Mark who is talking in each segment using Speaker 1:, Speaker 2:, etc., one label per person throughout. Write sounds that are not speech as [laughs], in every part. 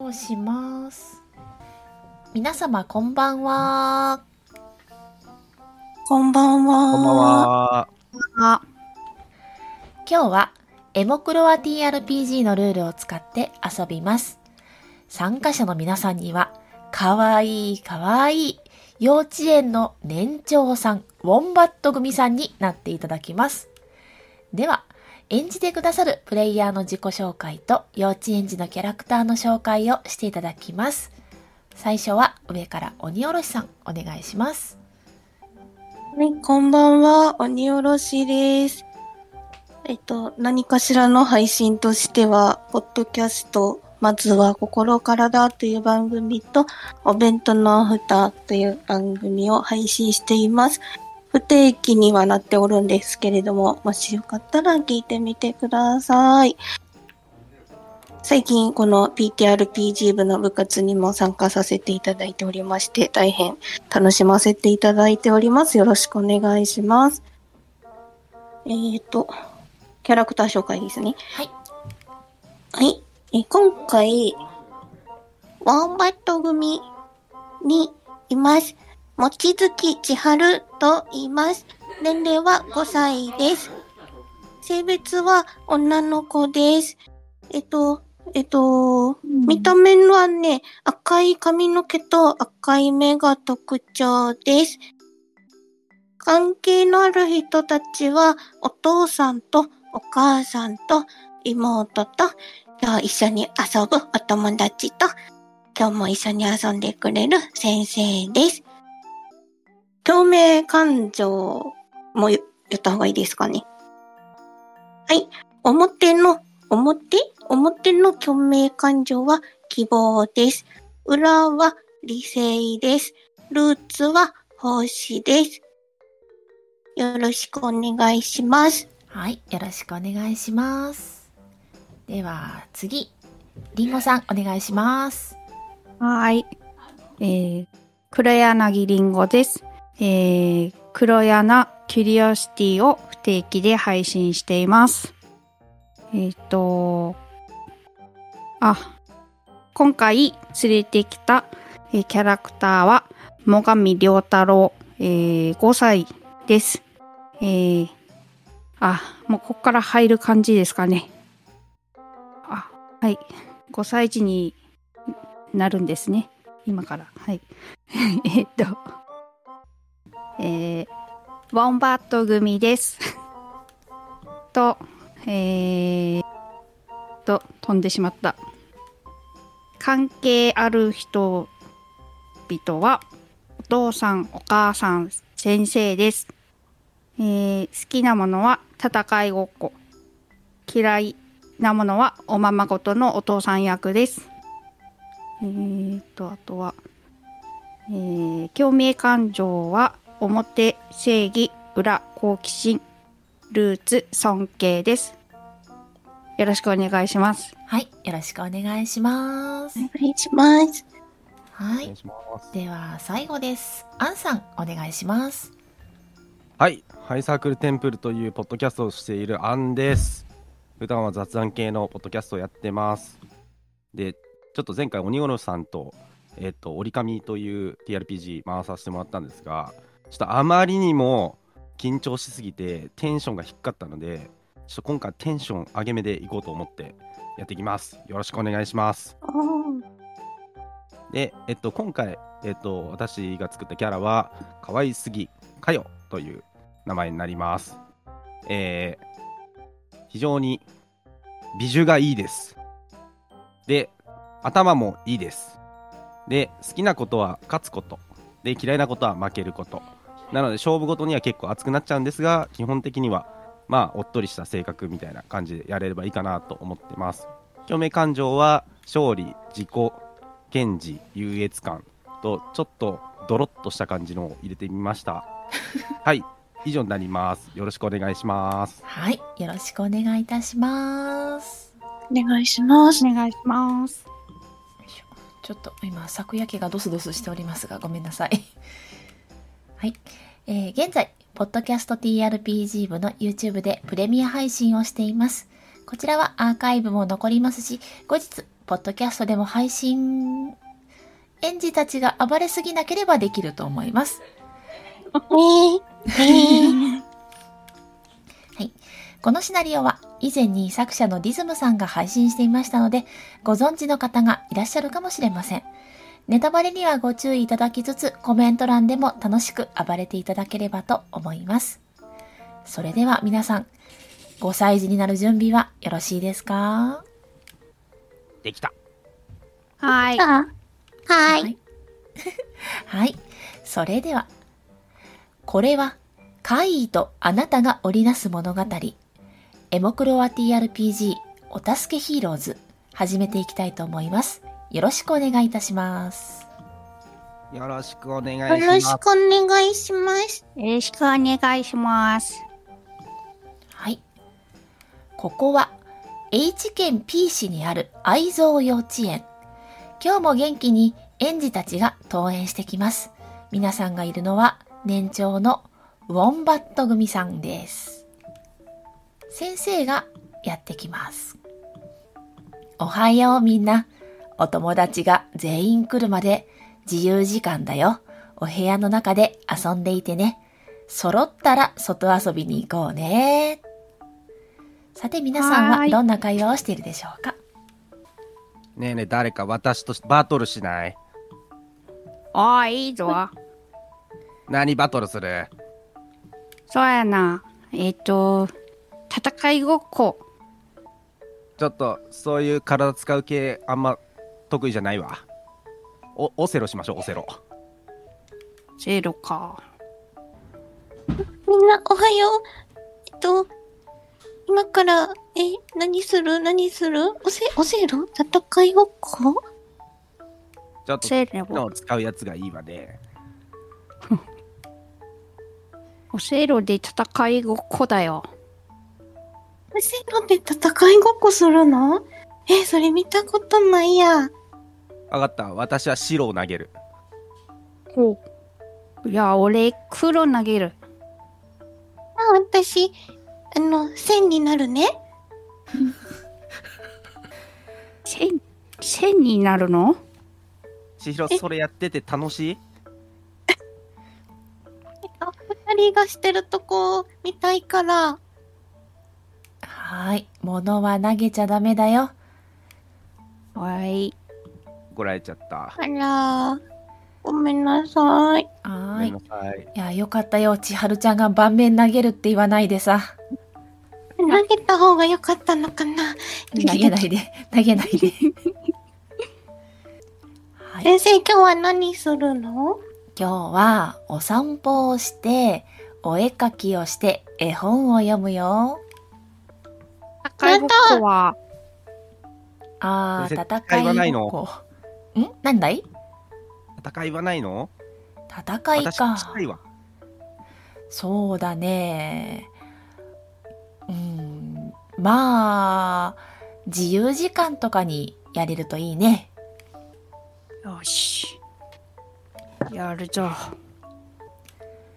Speaker 1: をします皆様こんばんは
Speaker 2: こんばんは。
Speaker 3: こんばん。は。
Speaker 1: 今日はエモクロア TRPG のルールを使って遊びます参加者の皆さんにはかわいいかわいい幼稚園の年長さんウォンバット組さんになっていただきますでは演じてくださるプレイヤーの自己紹介と幼稚園児のキャラクターの紹介をしていただきます最初は上から鬼おろしさんお願いします
Speaker 2: はい、こんばんは。鬼おろしです。えっと、何かしらの配信としては、ポッドキャスト、まずは心からだという番組と、お弁当のアフターという番組を配信しています。不定期にはなっておるんですけれども、もしよかったら聞いてみてください。最近この PTRPG 部の部活にも参加させていただいておりまして、大変楽しませていただいております。よろしくお願いします。えー、と、キャラクター紹介ですね。
Speaker 1: はい。
Speaker 2: はい。えー今回、ワンバット組にいます。もちづきちはると言います。年齢は5歳です。性別は女の子です。えっと、えっと、見た目はね、赤い髪の毛と赤い目が特徴です。関係のある人たちは、お父さんとお母さんと妹と、今日一緒に遊ぶお友達と、今日も一緒に遊んでくれる先生です。共鳴感情も言言った方がいいですかね。はい。表の、表表の共鳴感情は希望です。裏は理性です。ルーツは奉仕です。よろしくお願いします。
Speaker 1: はい、よろしくお願いします。では次、りんごさんお願いします。
Speaker 4: はーい。えー、黒柳りんごです。えー、黒柳キュリオシティを不定期で配信しています。えっ、と、あ、今回連れてきた、えーキャラクターは、最上良太郎、えー5歳です。えー、あ、もうここから入る感じですかね。あ、はい。5歳児になるんですね今からはい [laughs] えっとえー、ワンバット組です [laughs] とえー、と飛んでしまった関係ある人々はお父さんお母さん先生です、えー、好きなものは戦いごっこ嫌いなものはおままごとのお父さん役ですえーと、あとは、えー、共鳴感情は、表、正義、裏、好奇心、ルーツ、尊敬です。よろしくお願いします。
Speaker 1: はい、よろしくお願いします。
Speaker 2: お願いします。
Speaker 1: は
Speaker 3: お願
Speaker 1: い
Speaker 3: い、します。
Speaker 1: では最後です。あんさんお願いします。
Speaker 3: はい、ハイサークルテンプルというポッドキャストをしているアンです。普段は雑談系のポッドキャストをやってます。で、ちょっと前回鬼殺しさんと、えっ、と、折り紙という TRPG 回させてもらったんですが、ちょっとあまりにも緊張しすぎてテンションが低かったので、ちょっと今回テンション上げ目でいこうと思ってやっていきます。よろしくお願いします。
Speaker 2: あー
Speaker 3: で、えっと、今回、えっと、私が作ったキャラは、可愛すぎかよという名前になります。えー、非常に美女がいいです。で、頭もいいです。で、好きなことは勝つこと。で、嫌いなことは負けること。なので、勝負ごとには結構熱くなっちゃうんですが、基本的には、まあ、おっとりした性格みたいな感じでやれればいいかなと思ってます。共鳴感情は、勝利、自己、現地優越感とちょっとドロッとした感じのを入れてみました [laughs] はい以上になりますよろしくお願いします
Speaker 1: はい、よろしくお願いいたします。
Speaker 2: お願いします。
Speaker 4: お願いします。
Speaker 1: ちょっと今昨夜けがドスドスしておりますがごめんなさい。 [laughs] はい、えー現在ポッドキャスト TRPG 部の YouTube でプレミア配信をしています。こちらはアーカイブも残りますし、後日ポッドキャストでも配信。園児たちが暴れすぎなければできると思います。
Speaker 2: ねえ。ねえ。
Speaker 1: このシナリオは以前に作者のリズムさんが配信していましたので、ご存知の方がいらっしゃるかもしれません。ネタバレにはご注意いただきつつ、コメント欄でも楽しく暴れていただければと思います。それでは皆さん、5歳児になる準備はよろしいですか
Speaker 3: できた。
Speaker 4: はい。
Speaker 2: あはい。。
Speaker 1: [laughs] はい。それでは、これは、怪異とあなたが織りなす物語、エモクロワ TRPG お助けヒーローズ、始めていきたいと思います。よろしくお願いいたします。
Speaker 3: よろしくお願
Speaker 2: よろ
Speaker 3: いし
Speaker 2: し
Speaker 3: ます。
Speaker 2: くお願いします。
Speaker 4: よろしくお願いします。
Speaker 1: はい。ここは、H 県 P 市にある愛蔵幼稚園。今日も元気に園児たちが登園してきます。皆さんがいるのは、年長のウォンバット組さんです。先生がやってきます。おはようみんな。お友達が全員来るまで自由時間だよ。お部屋の中で遊んでいてね。揃ったら外遊びに行こうね。さて皆さん
Speaker 4: は
Speaker 1: は
Speaker 4: ーい
Speaker 1: どんな会話をしているでしょうか
Speaker 3: ねえねえ、誰か私とバトルしない
Speaker 4: ああ、いいぞ。
Speaker 3: 何バトルする
Speaker 4: そうやな。えっ、と、戦いごっこ。
Speaker 3: ちょっと、そういう体使う系、あんま得意じゃないわ。お、オセロしましょう、オセロ。
Speaker 4: ゼロか。
Speaker 2: みんな、おはよう。えっと、今から、え、何する何するおせ、おせろ戦いごっこ
Speaker 3: ちょっと、
Speaker 4: ゼロ。
Speaker 3: の使うやつがいいわね。
Speaker 4: おセロで戦いごっこだよ。
Speaker 2: おせろで戦いごっこするのえ、それ見たことないや。
Speaker 3: わかった、私は白を投げる。
Speaker 4: ほう。いや、俺、黒投げる。
Speaker 2: あ、私、あの、線になるね。
Speaker 4: 千、千になるの
Speaker 3: 千尋、
Speaker 2: え
Speaker 3: それやってて楽しい
Speaker 2: あ、二人がしてるとこ見たいから。
Speaker 1: はーい。物は投げちゃダメだよ。
Speaker 4: はい。
Speaker 3: こらえちゃった。
Speaker 2: あら、ごめんなさい。
Speaker 3: ご
Speaker 1: はー
Speaker 3: め
Speaker 1: い。い
Speaker 3: んなさい。
Speaker 1: や、よかったよ。千春ちゃんが盤面投げるって言わないでさ。
Speaker 2: 投げた方が良かったのかな
Speaker 1: 投げないで。投げないで。はい。
Speaker 2: 先生、今日は何するの
Speaker 1: 今日はお散歩をして、お絵かきをして、絵本を読むよ。
Speaker 4: 戦いごっこは、
Speaker 1: あ
Speaker 3: 先生
Speaker 1: ー、
Speaker 3: 戦いはな
Speaker 1: 戦
Speaker 3: い
Speaker 1: い
Speaker 3: の
Speaker 1: ごっこ。んなんだい
Speaker 3: 戦いはないの
Speaker 1: 戦い
Speaker 3: 私
Speaker 1: か。
Speaker 3: したいわ。
Speaker 1: そうだね。うん。まあ、自由時間とかにやれるといいね。
Speaker 4: よし。やるぞ。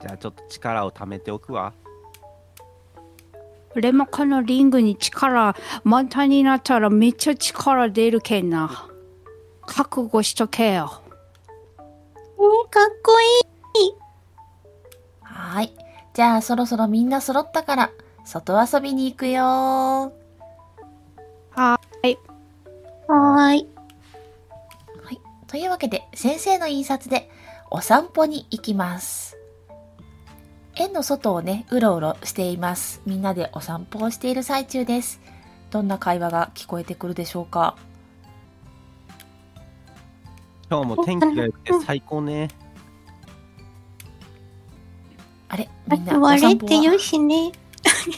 Speaker 3: じゃあちょっと力を貯めておくわ。
Speaker 4: 俺もこのリングに力満タンになったらめっちゃ力出るけんな覚悟しとけよ
Speaker 2: えーかっこいい。
Speaker 1: はーい。じゃあそろそろみんな揃ったから、外遊びに行くよー。
Speaker 2: はーい。
Speaker 1: というわけで、先生の印刷でお散歩に行きます。園の外をね、うろうろしています。みんなでお散歩をしている最中です。どんな会話が聞こえてくるでしょうか
Speaker 3: 今日も天気が良くて最高ね。
Speaker 1: あれみんなお
Speaker 2: あれ
Speaker 1: 散
Speaker 2: っ
Speaker 1: 歩
Speaker 2: て言
Speaker 1: は
Speaker 2: うしね。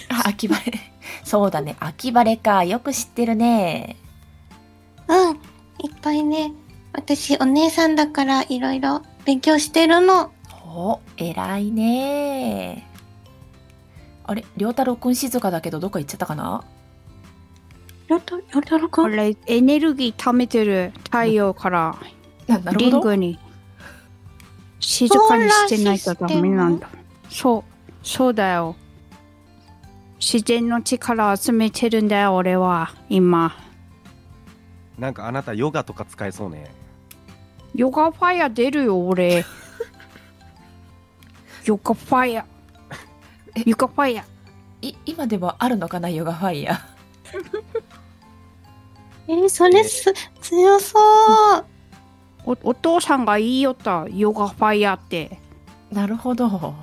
Speaker 1: あ秋晴れ。 [laughs] そうだね。秋晴れか。よく知ってるね。
Speaker 2: うん。いっぱいね。私、お姉さんだからいろいろ勉強してるの。
Speaker 1: お、偉いね。あれ良太郎くん静かだけどどっか行っちゃったかな
Speaker 2: よと、よとろくん。
Speaker 4: 俺エネルギー貯めてる太陽から
Speaker 1: なな
Speaker 4: リングに静かにしてないとダメなんだそうそうだよ自然の力を集めてるんだよ俺は今
Speaker 3: なんかあなたヨガとか使えそうね。
Speaker 4: ヨガファイア出るよ、
Speaker 2: [laughs]
Speaker 4: 俺。ヨガファイア。ヨガファイア。
Speaker 1: い今でもあるのかなヨガファイヤー
Speaker 2: えー、それす、強そう。
Speaker 4: おお父さんが言いよった、ヨガファイアって。
Speaker 1: なるほど
Speaker 2: かよ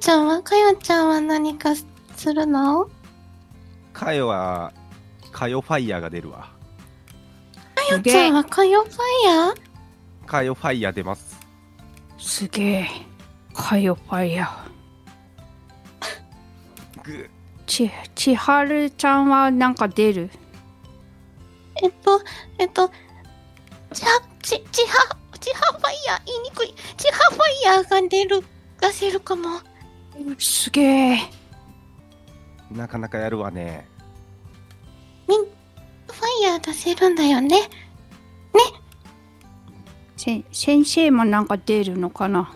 Speaker 2: ちゃんはかよちゃんは何かするの
Speaker 3: カヨは、カヨファイヤーが出るわ。
Speaker 2: か
Speaker 4: す
Speaker 2: よ
Speaker 4: げ
Speaker 2: ちゃ
Speaker 4: え
Speaker 2: ん。はかよファイヤー
Speaker 3: カヨファイヤー出ます。
Speaker 4: すげえ。かよ、ファイヤー。
Speaker 3: ぐ
Speaker 4: ち、ちはるちゃんはなんか出る。
Speaker 2: えっと、えっと、ちは、ち、ちは、ちはファイヤー、言いにくい。ちはファイヤーが出る、出せるかも。
Speaker 4: すげえ。
Speaker 3: なかなかやるわね。
Speaker 2: ファイヤー出せるんだよね。
Speaker 4: せ先生もなんか出るのかな。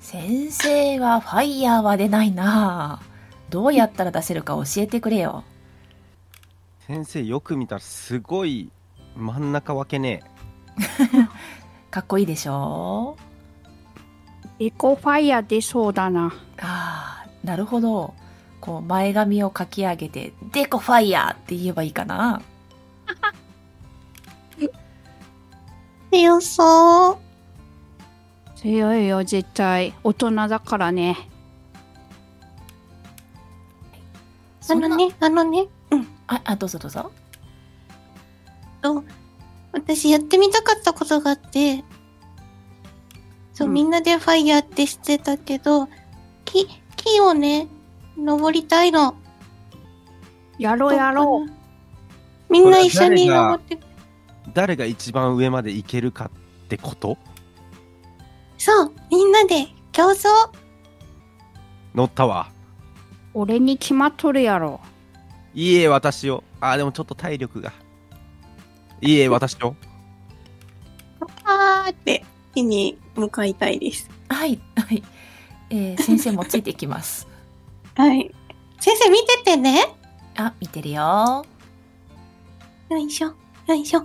Speaker 1: 先生はファイヤーは出ないなどうやったら出せるか教えてくれよ
Speaker 3: 先生よく見たらすごい真ん中分けね
Speaker 1: かっこいいでしょ
Speaker 4: エコファイヤー出そうだな。
Speaker 1: あーなるほどこう前髪をかき上げて「デコファイヤー!」って言えばいいかな
Speaker 2: 強そう。
Speaker 4: 強いよ、絶対。大人だからね。
Speaker 2: あ
Speaker 1: そんな
Speaker 2: のね、あのね、
Speaker 1: ああどうぞどうぞ
Speaker 2: 私やってみたかったことがあって、そう、
Speaker 4: うん
Speaker 2: みんなでファイヤーってしてたけど、木、木をね、登りたいの。
Speaker 4: やろうやろう。
Speaker 2: みんな一緒に
Speaker 3: これは
Speaker 2: 登って、
Speaker 3: 誰が一番上まで行けるかってこと
Speaker 2: そう、みんなで競争。
Speaker 3: 乗ったわ。
Speaker 4: 俺に決まっとるやろ。
Speaker 3: いいえ、私を。あ、でもちょっと体力が。いいえ、私を。
Speaker 2: あーって、木に向かいたいです。
Speaker 1: はいはい、えー先生もついていきます [laughs]
Speaker 2: はい。先生見ててね。
Speaker 1: あ見てるよ
Speaker 2: よいしょ、よいしょ。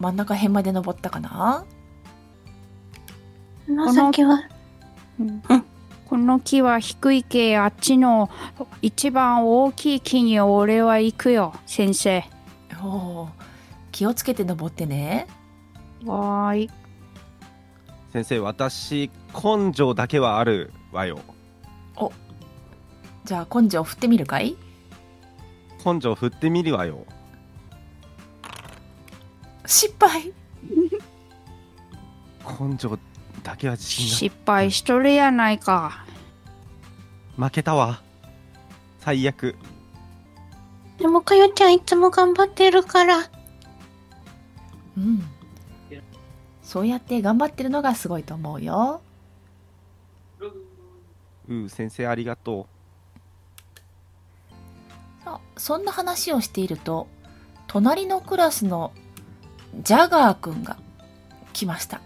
Speaker 1: 真ん中辺まで登ったかな
Speaker 2: この先は、
Speaker 4: うんこの木は低いけ、あっちの一番大きい木に俺は行くよ、先生。
Speaker 1: おー気をつけて登ってね
Speaker 4: わーい。
Speaker 3: 先生、私、根性だけはあるわよ。
Speaker 1: じゃあ根性振ってみるかい
Speaker 3: 根性振ってみるわよ。
Speaker 1: 失敗
Speaker 3: 根性だけは自信
Speaker 4: 失敗しとるやないか。
Speaker 3: が。負けたわ。最悪。
Speaker 2: でもかよちゃんいつも頑張ってるから、
Speaker 1: うんそうやって頑張ってるのがすごいと思うよ
Speaker 3: うう、先生ありがと
Speaker 1: あそんな話をしていると隣のクラスのジャガーくんが来ました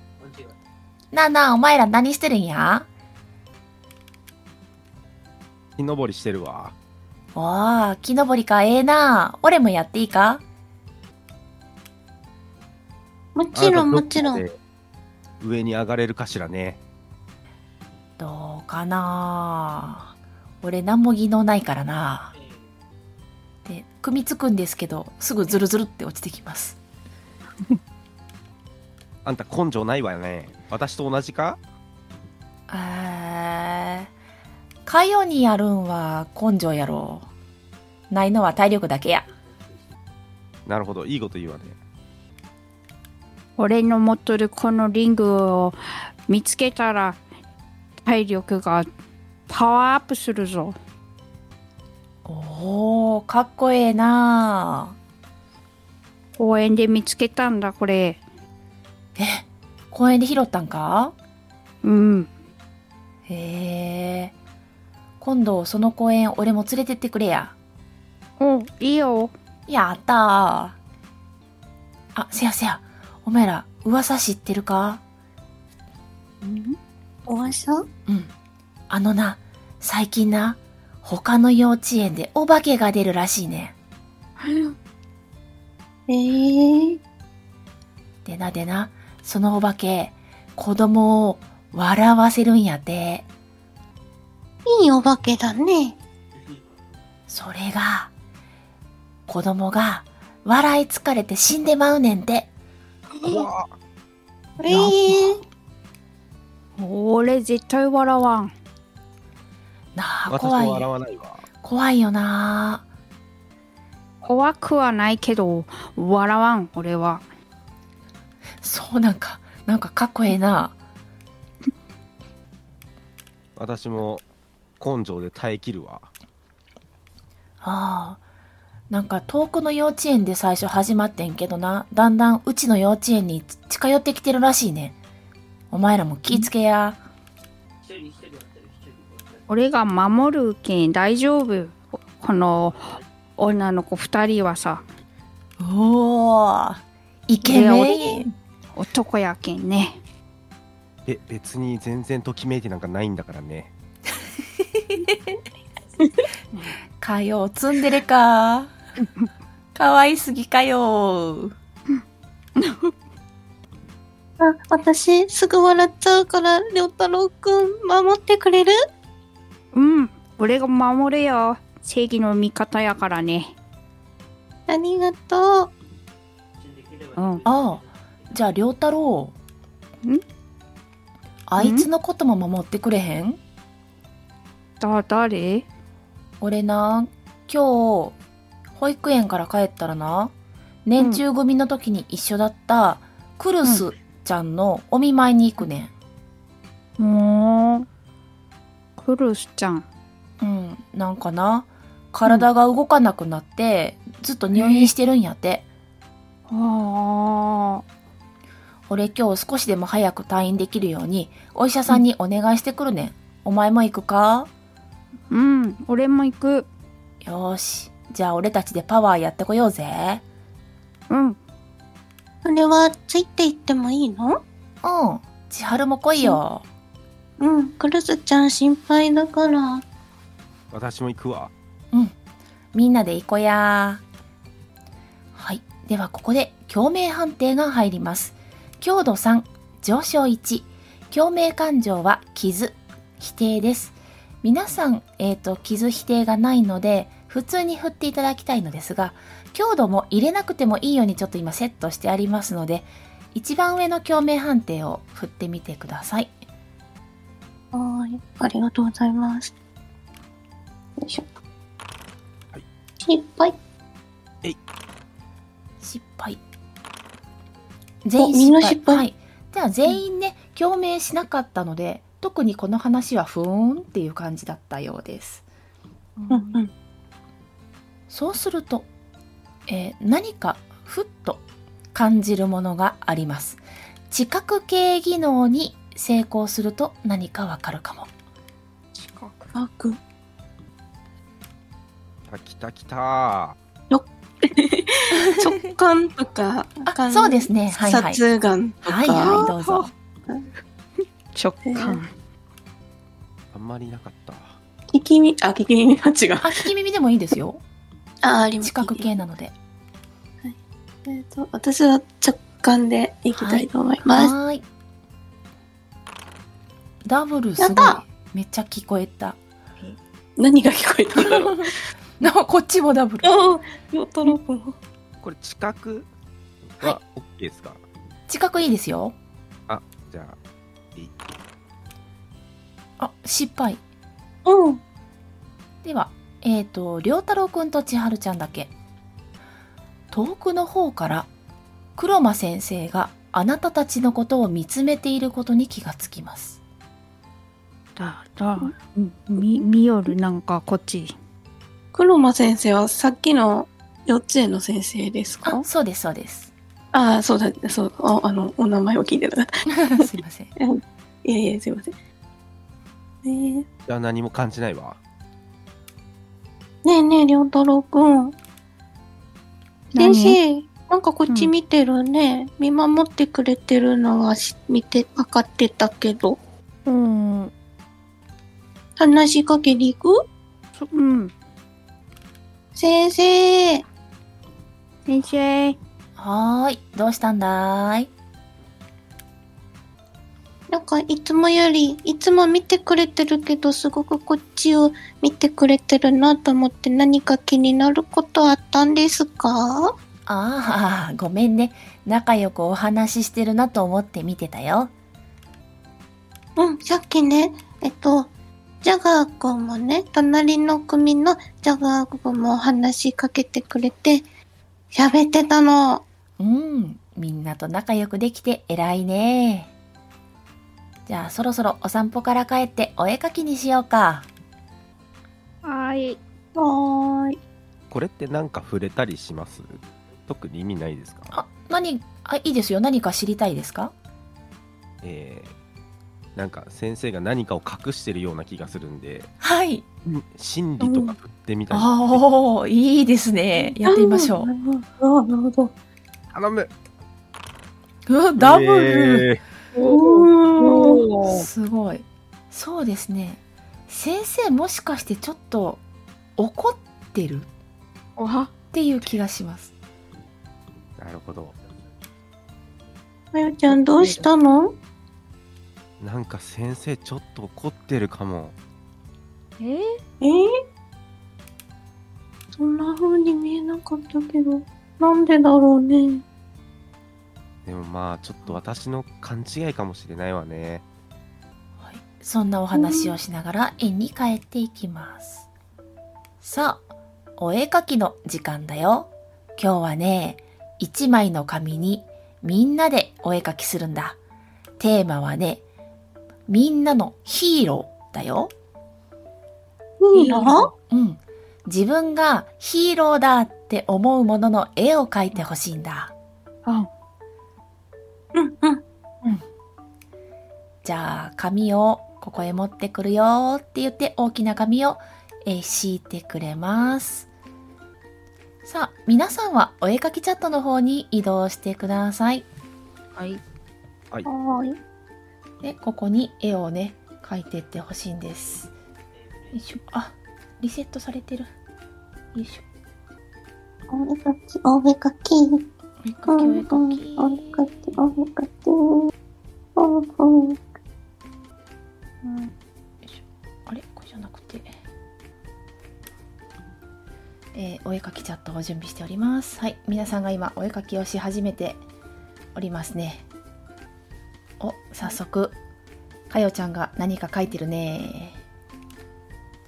Speaker 1: なあなあお前ら何してるんや
Speaker 3: う。木登りしてるわ。
Speaker 1: わあ木登りかええなあ俺もやっていいか
Speaker 2: もちろん
Speaker 3: あな
Speaker 2: も
Speaker 3: た
Speaker 2: ちろん。
Speaker 3: どこまで上に上がれるかしらね。
Speaker 1: どうかな俺何も技能ないからなで組みつくんですけどすぐズルズルって落ちてきます
Speaker 3: あんた根性ないわよね。私と同じか
Speaker 1: えー、かよにやるんは根性やろないのは体力だけや
Speaker 3: なるほど、いいこと言うわね。
Speaker 4: 俺の持っとるこのリングを見つけたら体力がパワーアップするぞ。
Speaker 1: おーかっこええな
Speaker 4: 公園で見つけたんだこれ。
Speaker 1: 公園で拾ったんか
Speaker 4: うん。
Speaker 1: へえ今度その公園俺も連れてってくれや
Speaker 4: おいいよ。
Speaker 1: やったーあせやせやお前ら噂知ってるか
Speaker 2: 噂
Speaker 1: うんあのな最近な他の幼稚園でお化けが出るらしいねん
Speaker 2: [laughs] えー、
Speaker 1: でなでな、そのお化け、子供を笑わせるんやて。
Speaker 2: いいお化けだね。
Speaker 1: それが、子供が笑い疲れて死んでまうねんて。
Speaker 3: 怖っ
Speaker 2: えー、
Speaker 4: 俺絶対笑わん。
Speaker 1: なあ、
Speaker 3: 私
Speaker 1: 怖
Speaker 3: も笑
Speaker 1: い。
Speaker 3: わないわ。
Speaker 1: 怖いよなあ。
Speaker 4: 怖くはないけど、笑わん、俺は。
Speaker 1: そうなんか、なんかかっこええな。
Speaker 3: 私も根性で耐えきるわ。
Speaker 1: ああ。なんか遠くの幼稚園で最初始まってんけどな、だんだんうちの幼稚園に近寄ってきてるらしいねん。お前らも気ぃつけや。
Speaker 4: 俺が守るけん大丈夫。この女の子二人はさ、
Speaker 1: おおイケメン
Speaker 4: 男やけんね。
Speaker 3: え、別に全然ときめいてなんかないんだからね。
Speaker 1: かよツンデレかかわいすぎかよ
Speaker 2: あ私、すぐ笑っちゃうから、りょうたろうくん、守ってくれる
Speaker 4: うん、俺が守るよ。正義の味方やからね。
Speaker 2: ありがとう。
Speaker 4: うん。
Speaker 1: ああじゃあ良太郎
Speaker 4: ん
Speaker 1: あいつのことも守ってくれへん
Speaker 4: だ、誰
Speaker 1: 俺な今日保育園から帰ったらな年中組の時に一緒だったクルスちゃんのお見舞いに行くね
Speaker 4: もう、クルスちゃん。
Speaker 1: んうんなんかな体が動かなくなってずっと入院してるんやって、
Speaker 4: あ
Speaker 1: 俺今日少しでも早く退院できるようにお医者さんにお願いしてくるねん。お前も行くか
Speaker 4: あ、うん、俺も行く。
Speaker 1: よーし。じゃあ俺たちでパワーやってこようぜ。
Speaker 4: うん、
Speaker 2: それは、ついていってもいい
Speaker 1: う
Speaker 2: の
Speaker 1: ん。千春も来いよ。
Speaker 2: うん、クルスちゃん心配だから。
Speaker 3: 私も行くわ。
Speaker 1: みんなで行こやはい。ではここで共鳴判定が入ります。強度3、上昇1。共鳴感情は傷、否定です。皆さん、えっ、と、傷否定がないので、普通に振っていただきたいのですが、強度も入れなくてもいいようにちょっと今セットしてありますので、一番上の共鳴判定を振ってみてください。
Speaker 2: はーい。ありがとうございます。よいしょ。
Speaker 3: はい。
Speaker 2: 失敗。
Speaker 1: 失敗。全員
Speaker 2: み
Speaker 1: 失
Speaker 2: んな
Speaker 1: 敗。
Speaker 2: 失敗
Speaker 1: はい。じゃあ全員ね、共鳴しなかったので、特にこの話はふーんっていう感じだったようです。
Speaker 2: うんうん。
Speaker 1: そうすると、えー何かふっと感じるものがあります。知覚系技能に成功すると何かわかるかも。、
Speaker 4: 近く。
Speaker 2: あく。
Speaker 3: あ来た来た。
Speaker 2: 直感とか
Speaker 1: あ、そうですね。はいはい。
Speaker 2: 殺眼とか。
Speaker 1: はいはい、どうぞ。
Speaker 4: 直感。
Speaker 3: あんまりなかった。
Speaker 2: 聞き耳、あ、聞き耳が違う。
Speaker 1: あ、聞き耳でもいいです
Speaker 2: [laughs]
Speaker 1: よ。
Speaker 2: あ、あります。
Speaker 1: 知覚系なので。
Speaker 2: えっと、私は直感でいきたいと思います。
Speaker 1: はーい。ダブルす
Speaker 2: や
Speaker 1: ごい
Speaker 2: った。
Speaker 1: めっちゃ聞こえた。 [laughs]
Speaker 2: 何が聞こえたんだ [laughs] ろう。
Speaker 1: なこっちもダブル。
Speaker 2: ああ、よたろくん。
Speaker 3: これ、知覚は OK ですか、
Speaker 1: 近くいいですよ。
Speaker 3: じゃあ、いい
Speaker 1: あ、失敗。
Speaker 2: うん。
Speaker 1: では、えっ、ー、と、りょうたろうくんとちはるちゃんだけ。遠くの方から、黒間先生があなたたちのことを見つめていることに気がつきます。
Speaker 4: だ、だ、み、みよる、なんかこっち。
Speaker 2: 黒間先生はさっきの幼稚園の先生ですか
Speaker 1: あ、そうです、そうです。 [laughs]
Speaker 2: ああ、そうだ、そう、ああの、お名前を聞いてなかった。
Speaker 1: すいません。
Speaker 2: [laughs] いやいや、すいません。えー、ね
Speaker 3: じゃあ何も感じないわ。
Speaker 2: えねえ、りょうたろうくん。先生、なんかこっち見てるね。見守ってくれてるのはし見て、わかってたけど。
Speaker 4: うん、
Speaker 2: 話しかけに行く
Speaker 4: そうん、
Speaker 2: 先生、
Speaker 4: 先生、
Speaker 1: はーい。どうしたんだい
Speaker 2: なんかいつもより、いつも見てくれてるけど、すごくこっちを見てくれてるなと思って何か気になることあったんですか
Speaker 1: ああ、ごめんね。仲良くお話ししてるなと思って見てたよ。
Speaker 2: うん、さっきね、えっと、ジャガー君もね、隣の組のジャガー君もお話しかけてくれて、喋ってたの。
Speaker 1: うん。みんなと仲良くできて偉いね。じゃあそろそろお散歩から帰ってお絵かきにしようか。
Speaker 4: はい。
Speaker 2: はーい。
Speaker 3: これってなんか触れたりします特に意味ないですか
Speaker 1: あ、何、あ、いいですよ。何か知りたいですか
Speaker 3: えー、なんか先生が何かを隠してるような気がするんで、
Speaker 1: はい。
Speaker 3: 心理とか振ってみたいな、
Speaker 1: ああ、いいですね。やってみましょ
Speaker 2: ああ、なるほど。
Speaker 3: 頼む
Speaker 1: う。うわダブル、
Speaker 3: え
Speaker 2: おー
Speaker 1: すごい。そうですね。先生もしかしてちょっと怒ってるっ
Speaker 4: おは。
Speaker 1: ていう気がします。
Speaker 3: ーなるほど。
Speaker 2: まゆちゃんどうしたの
Speaker 3: なんか先生ちょっと怒ってるかも。
Speaker 4: えー、
Speaker 2: えーそんな風に見えなかったけど、なんでだろうね。
Speaker 3: でもまあちょっと私の勘違いかもしれないわね。
Speaker 1: はい、そんなお話をしながら園に帰っていきます。さあ、お絵かきの時間だよ。今日はね、一枚の紙にみんなでお絵かきするんだ。テーマはね、みんなのヒーローだよ。
Speaker 2: いいの
Speaker 1: うん。自分がヒーローだって思うものの絵を描いてほしいんだ。
Speaker 4: あ、
Speaker 2: うんうん。
Speaker 1: じゃあ、紙をここへ持ってくるよって言って大きな紙を、えー敷いてくれます。さあ、皆さんはお絵かきチャットの方に移動してください。
Speaker 4: はい。
Speaker 2: はーい。
Speaker 1: で、ここに絵をね、描いてってほしいんです。よいしょ。あ、リセットされてる。よいしょ。
Speaker 2: お絵かき、お絵かき。
Speaker 1: お絵か
Speaker 2: お
Speaker 1: き、お絵
Speaker 2: 絵
Speaker 1: か
Speaker 2: かき
Speaker 1: き、。
Speaker 2: お絵かき、お絵かき。うん
Speaker 1: う
Speaker 2: うん。
Speaker 1: んよいしょあれこれじゃなくて、えーお絵かきチャットを準備しておりますはい皆さんが今お絵かきをし始めておりますねお早速かよちゃんが何か描いてるね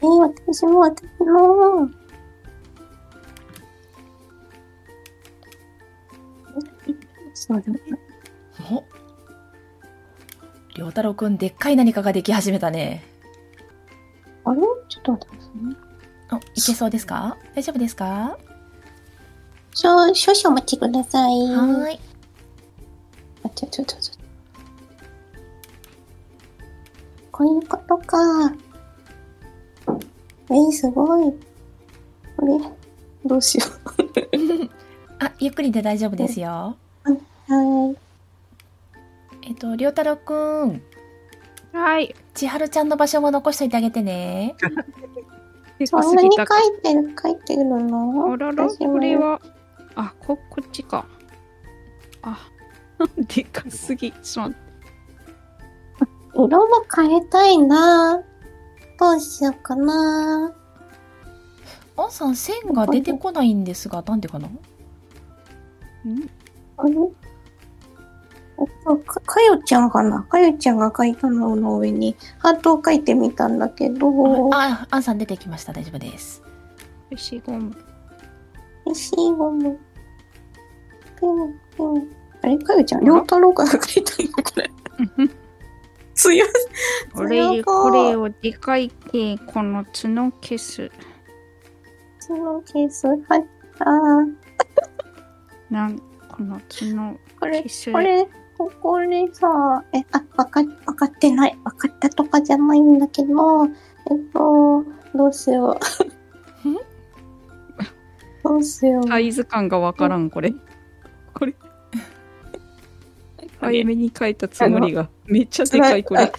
Speaker 2: えー、私も私も。そうだね。
Speaker 1: お良太郎くんでっかい何かができ始めたね
Speaker 2: あれちょっと待ってくださいね。
Speaker 1: おいけそうですか大丈夫ですか
Speaker 2: 少少々お待ちください。
Speaker 1: はーい
Speaker 2: あ、ちょちょちょちょ。こういうことか。えー、すごい。これ、どうしよ
Speaker 1: あゆっくりで大丈夫ですよ
Speaker 2: う。は
Speaker 1: えっと良太郎くん
Speaker 4: はい。
Speaker 1: 千春ちゃんの場所も残しといてあげてね。
Speaker 4: で
Speaker 2: い。そんなに書いてる、書いてるの
Speaker 4: あらら、
Speaker 2: 私も
Speaker 4: これは。あ、こ、こっちか。あ、でかすぎ。ちょっと待って
Speaker 2: 色も変えたいなどうしようかな
Speaker 1: あんさん線が出てこないんですが、なんでかな。
Speaker 4: ん
Speaker 2: あれおかかよちゃんかなかよちゃんが書いたのの上にハートを書いてみたんだけど、
Speaker 1: あ、あんさん出てきました。大丈夫です。
Speaker 4: 消しゴム。
Speaker 2: 嬉しいゴム。ピュンピュン。あれかよちゃん、りょうたろうが書いたのこ
Speaker 4: [laughs]
Speaker 2: れ。強い。
Speaker 4: これ、
Speaker 2: やば
Speaker 4: これをでかい系、この角消す。
Speaker 2: そのケース。はい。あー
Speaker 4: なん、この角
Speaker 2: これ
Speaker 4: 消、す。
Speaker 2: これ、ここでさ、え、あ、わか、わかってない。わかったとかじゃないんだけど、えっと、どうしよう。
Speaker 1: ん
Speaker 2: どうしよう。
Speaker 4: サイズ感がわからん、これ。これ、早めに書いたつもりが。めっちゃでかい、これ。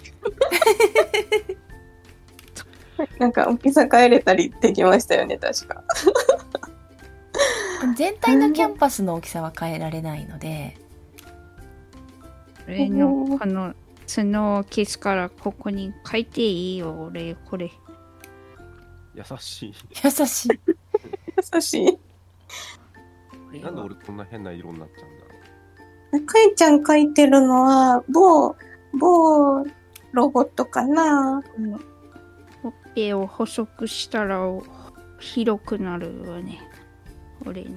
Speaker 2: なんか大きさ変えれたりできましたよね、確か。
Speaker 1: うでも全体のキャンパスの大きさは変えられないので、
Speaker 4: 俺のこのそのケースからここに書いていいよ俺これ
Speaker 3: 優し
Speaker 1: 優しい。
Speaker 2: 優しい。
Speaker 3: い。なんで俺こんな変な色になっちゃうんだろ。
Speaker 2: かえちゃん書いてるのは、某、某ロボットかな。
Speaker 4: このほっぺを細くしたらお広くなるよね俺の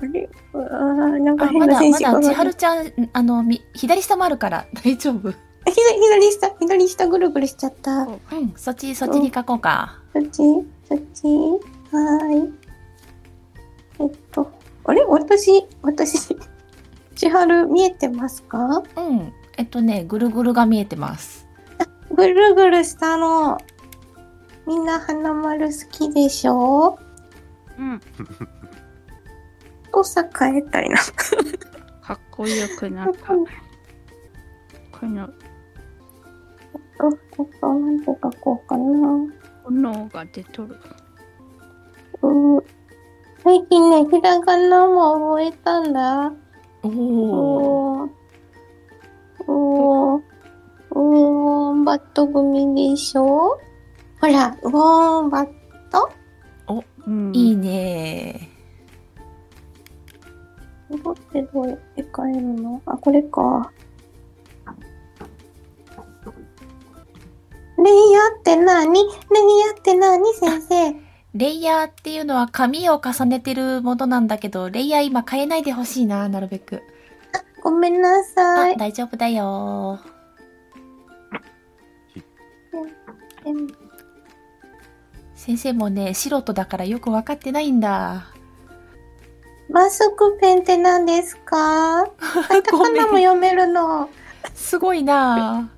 Speaker 2: あれうわーなんか
Speaker 1: あ、
Speaker 2: 変
Speaker 1: ま
Speaker 2: な
Speaker 1: だ、
Speaker 2: 選
Speaker 1: ま
Speaker 2: 手が
Speaker 1: だ、千
Speaker 2: 左
Speaker 1: 春ちゃん、あの、み左下もあるから大丈夫。
Speaker 2: 左下、左下ぐるぐるしちゃった。そっ
Speaker 1: うん、そっち、そっちに書こうか。
Speaker 2: ちそっちはーい。えっと、あれ私、私、千春見えてますか
Speaker 1: うん。えっとね、ぐるぐるが見えてます。
Speaker 2: ぐるぐるしたの。みんな花丸好きでしょ
Speaker 4: うん
Speaker 2: おさ変えたいな。
Speaker 4: かっこよくなったこの
Speaker 2: お、ここなんて書こうかな。
Speaker 4: 炎が出とる
Speaker 2: うん最近ね、ひらがなも覚えたんだ。
Speaker 1: おお。
Speaker 2: おーおーウォンバット組でしょほら、ウォンバット
Speaker 4: うん
Speaker 1: いいね
Speaker 2: どうってどうやって変えるのあ、これか。レイヤーって何レイヤーって何先生。
Speaker 1: レイヤーっていうのは紙を重ねてるものなんだけど、レイヤー今変えないでほしいな、なるべく。
Speaker 2: ごめんなさ
Speaker 1: あ
Speaker 2: い。
Speaker 1: 大丈夫だよ
Speaker 2: うん
Speaker 1: 先生もね、素人だからよくわかってないんだ。
Speaker 2: マスクペンって何ですかカタカナも読めるの。
Speaker 1: すごいな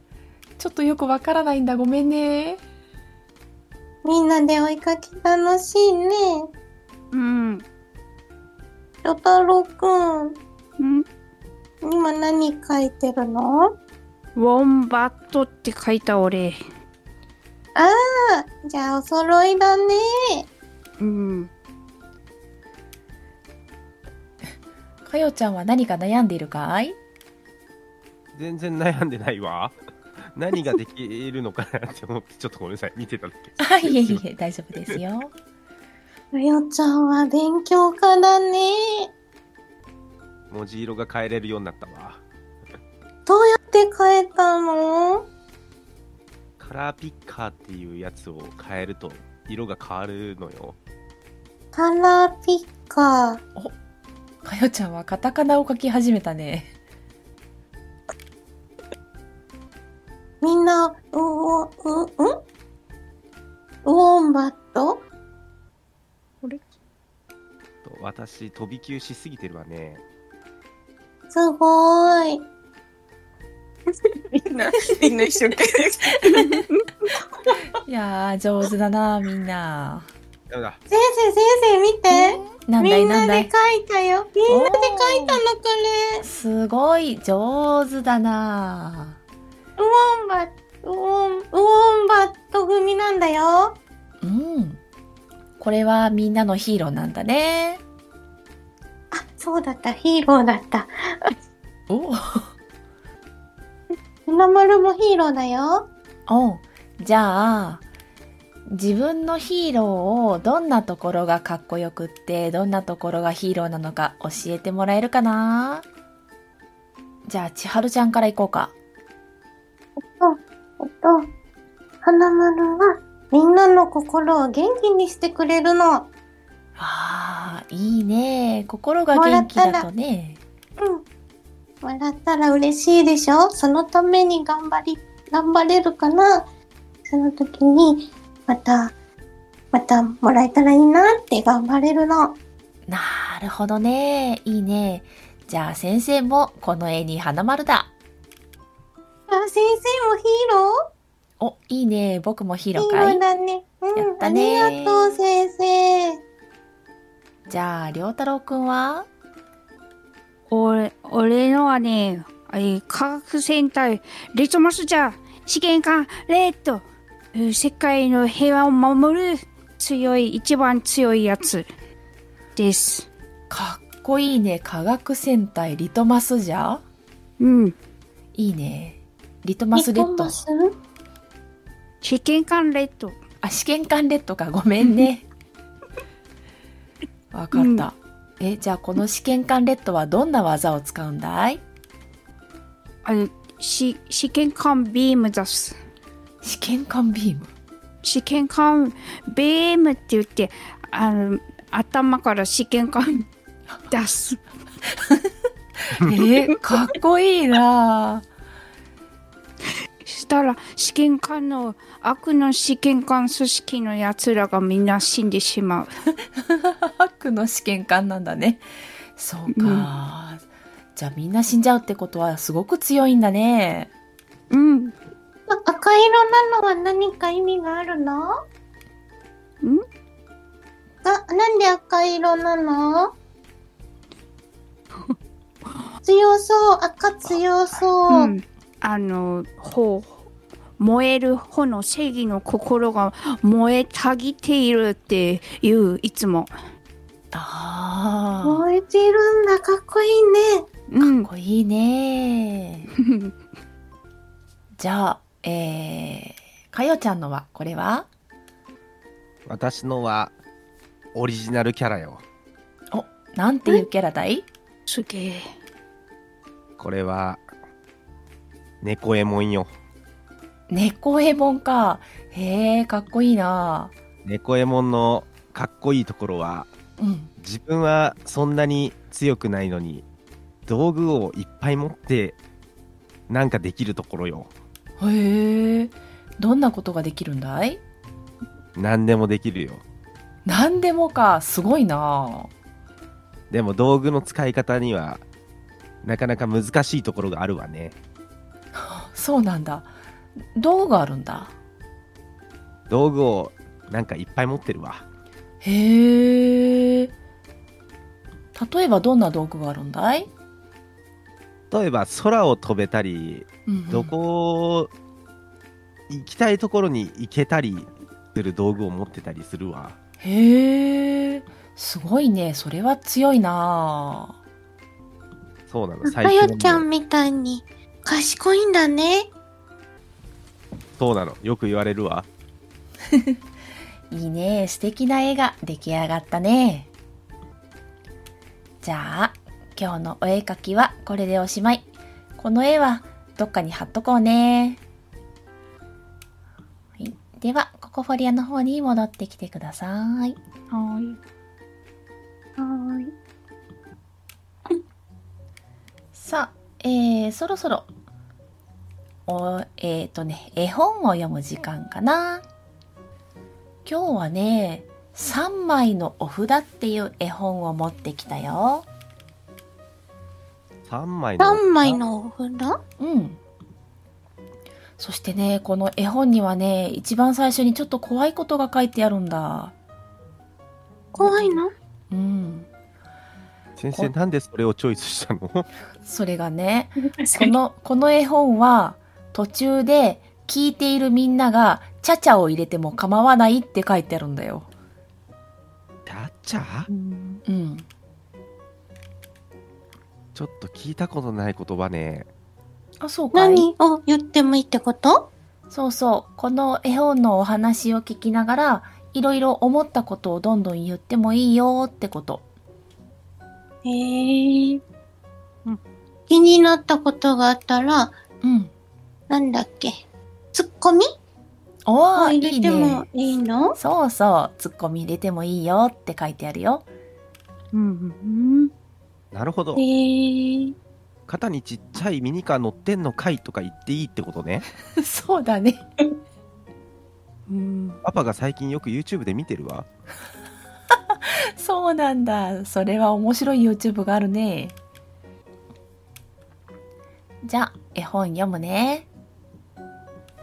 Speaker 1: ちょっとよくわからないんだ。ごめんね。
Speaker 2: みんなでお絵かき楽しいね。
Speaker 4: うん
Speaker 2: ロタロくん、
Speaker 4: うん
Speaker 2: 今何書いてるの
Speaker 4: ウォンバットって書いた俺
Speaker 2: ああ、じゃあお揃いだね。
Speaker 4: うん
Speaker 1: かよちゃんは何か悩んでいるか [laughs] いう
Speaker 3: 全然悩んでないわ。 [laughs] 何ができるのかなって思って、ちょっとごめんなさい、見てただけ。
Speaker 1: あ、いえいえ、大丈夫ですよ。
Speaker 2: うよちゃんは勉強家だね。
Speaker 3: 文字色が変えれるようになったわ。
Speaker 2: どうやって変えたの
Speaker 3: カラーピッカーっていうやつを変えると色が変わるのよ。
Speaker 2: カラーピッカー。
Speaker 1: かよちゃんはカタカナを書き始めたね。
Speaker 2: みんな、うお、う、んウォンバット
Speaker 4: 俺
Speaker 3: と私、飛び級しすぎてるわね。
Speaker 2: すごーい。みんな、みんな一生懸命。
Speaker 1: いやー、上手だなみんな。
Speaker 3: ダメだ。
Speaker 2: 先生、先生、見て。
Speaker 1: なんだ
Speaker 2: み
Speaker 1: い
Speaker 2: ん
Speaker 1: な
Speaker 2: なん
Speaker 1: だい
Speaker 2: で。書いたよ。みんなで書いたの、これ。
Speaker 1: すごい、上手だな
Speaker 2: ウォンバット、ウォン、ウォンバット組なんだよ。
Speaker 1: うん。これはみんなのヒーローなんだね。
Speaker 2: あ、そうだった、ヒーローだった。
Speaker 1: お
Speaker 2: 花丸もヒーローだよ。
Speaker 1: おじゃあ、自分のヒーローをどんなところがかっこよくって、どんなところがヒーローなのか教えてもらえるかなじゃあ、千春ちゃんからいこうか。
Speaker 2: えっと、花丸は、みんなの心を元気にしてくれるの。
Speaker 1: ああ、いいね。心が元気だとね。
Speaker 2: うん。もらったら嬉しいでしょそのために頑張り、頑張れるかなその時に、また、またもらえたらいいなって頑張れるの。
Speaker 1: なるほどね。いいね。じゃあ先生もこの絵に花丸だ。
Speaker 2: あ、先生もヒーロ
Speaker 1: お、いいね。僕もヒー
Speaker 2: ー
Speaker 1: ロー
Speaker 2: ヒー
Speaker 1: か
Speaker 2: ロ
Speaker 1: い
Speaker 2: ー。だね。うん。
Speaker 1: やったね
Speaker 2: ありがとう、先生。
Speaker 1: じゃあ、りょうたろうくんは
Speaker 4: 俺俺のはねえー科学戦隊リトマスじゃ試験官レッドえー世界の平和を守る強い一番強いやつです
Speaker 1: かっこいいね。科学戦隊リトマスじゃ
Speaker 4: うん。
Speaker 1: いいね。リトマスレッド
Speaker 2: マ。スレッド
Speaker 4: 試験管レッド。
Speaker 1: あ、試験管レッドか。ごめん [laughs] ね。わかった。え、じゃあこの試験管レッドはどんな技を使うんだい
Speaker 4: あの、し、試験管ビーム出す。
Speaker 1: 試験管ビ [laughs] ーム。
Speaker 4: 試験管ビームって言って、あの、頭から試験管出す。
Speaker 1: えーかっこいいなぁ
Speaker 4: したら試験官の悪の試験官組織のやつらがみんな死んでしまう。
Speaker 1: 悪の試験管なんだね。そうか、じゃあみんな死んじゃうってことはすごく強いんだね。
Speaker 4: うん。
Speaker 2: あ赤色なのは何か意味があるのんあ、なんで赤色なの強そう、赤強そう。
Speaker 4: うん、あの、ほ燃える炎、正義の心が燃えたぎっているっていう、いつも。
Speaker 1: あ
Speaker 2: 燃えてるんだ、かっこいいね。
Speaker 4: う
Speaker 1: あ、
Speaker 4: ん
Speaker 1: かっ。こいいね。じゃあ、えー、かよちゃんのは、これは
Speaker 3: 私のはオリジナルキャラよ。
Speaker 1: お、なんていうキャラだい
Speaker 4: すげえ。
Speaker 3: これは猫エモンよ。
Speaker 1: 猫エモンか。へえ、かっこいいな
Speaker 3: 猫エモンのかっこいいところは
Speaker 1: うん。
Speaker 3: 自分はそんなに強くないのに道具をいっぱい持ってなんかできるところよ。
Speaker 1: へえ、どんなことができるんだい
Speaker 3: 何でもできるよ。
Speaker 1: なんでもか、すごいな
Speaker 3: でも道具の使い方にはなかなか難しいところがあるわね。
Speaker 1: そうなんだ。道具があるんだ。
Speaker 3: 道具をなんかいっぱい持ってるわ。
Speaker 1: へえ。例えばどんな道具があるんだい、
Speaker 3: 例えば空を飛べたり
Speaker 1: うんうん
Speaker 3: どこ行きたいところに行けたりする道具を持ってたりするわ
Speaker 1: へえ。すごいね。それは強いな
Speaker 3: そうなの
Speaker 2: かよ
Speaker 3: はもう
Speaker 2: ちゃんみたいに賢いんだね。
Speaker 3: そうなのよく言われるわ
Speaker 1: いいね。素敵な絵が出来上がったね。じゃあ、今日のお絵描きはこれでおしまい。この絵はどっかに貼っとこうね。はいでは、ココフォリアの方に戻ってきてください。
Speaker 4: はい。
Speaker 2: はーい。
Speaker 1: さあ、えー、そろそろ、お、えっ、とね、絵本を読む時間かな。今日はね、3枚のお札っていう絵本を持ってきたよ。
Speaker 3: 3枚の
Speaker 2: 3枚のお札
Speaker 1: うん。そしてね、この絵本にはね、一番最初にちょっと怖いことが書いてあるんだ。
Speaker 2: 怖いの
Speaker 1: うん。
Speaker 3: 先生なんでそれをチョイスしたの
Speaker 1: それがね、この、この絵本は、途中で聞いているみんなが、チャチャを入れても構わないって書いてあるんだよ。
Speaker 3: ガチャ
Speaker 1: うん。
Speaker 3: ちょっと聞いたことない言葉ね
Speaker 1: あ、そうかい。
Speaker 2: 何を言ってもいいってこと
Speaker 1: そうそう。この絵本のお話を聞きながら、いろいろ思ったことをどんどん言ってもいいよってこと。
Speaker 2: へえ
Speaker 4: うん。
Speaker 2: 気になったことがあったら、
Speaker 1: うん。
Speaker 2: なんだっけツッコミ
Speaker 1: お
Speaker 2: を
Speaker 1: ー、
Speaker 2: 入
Speaker 1: い
Speaker 2: れ
Speaker 1: い
Speaker 2: ても
Speaker 1: ね。
Speaker 2: いいの
Speaker 1: そうそう。ツッコミ入れてもいいよって書いてあるよ。
Speaker 4: うんうん
Speaker 3: なるほど
Speaker 2: へえ。
Speaker 3: 肩にちっちゃいミニカー乗ってんのかいとか言っていいってことね
Speaker 1: [laughs] そうだね。
Speaker 4: うん。
Speaker 3: パパが最近よく YouTube で見てるわ
Speaker 1: そうなんだ。それは面白い YouTube があるね。じゃあ、絵本読むね。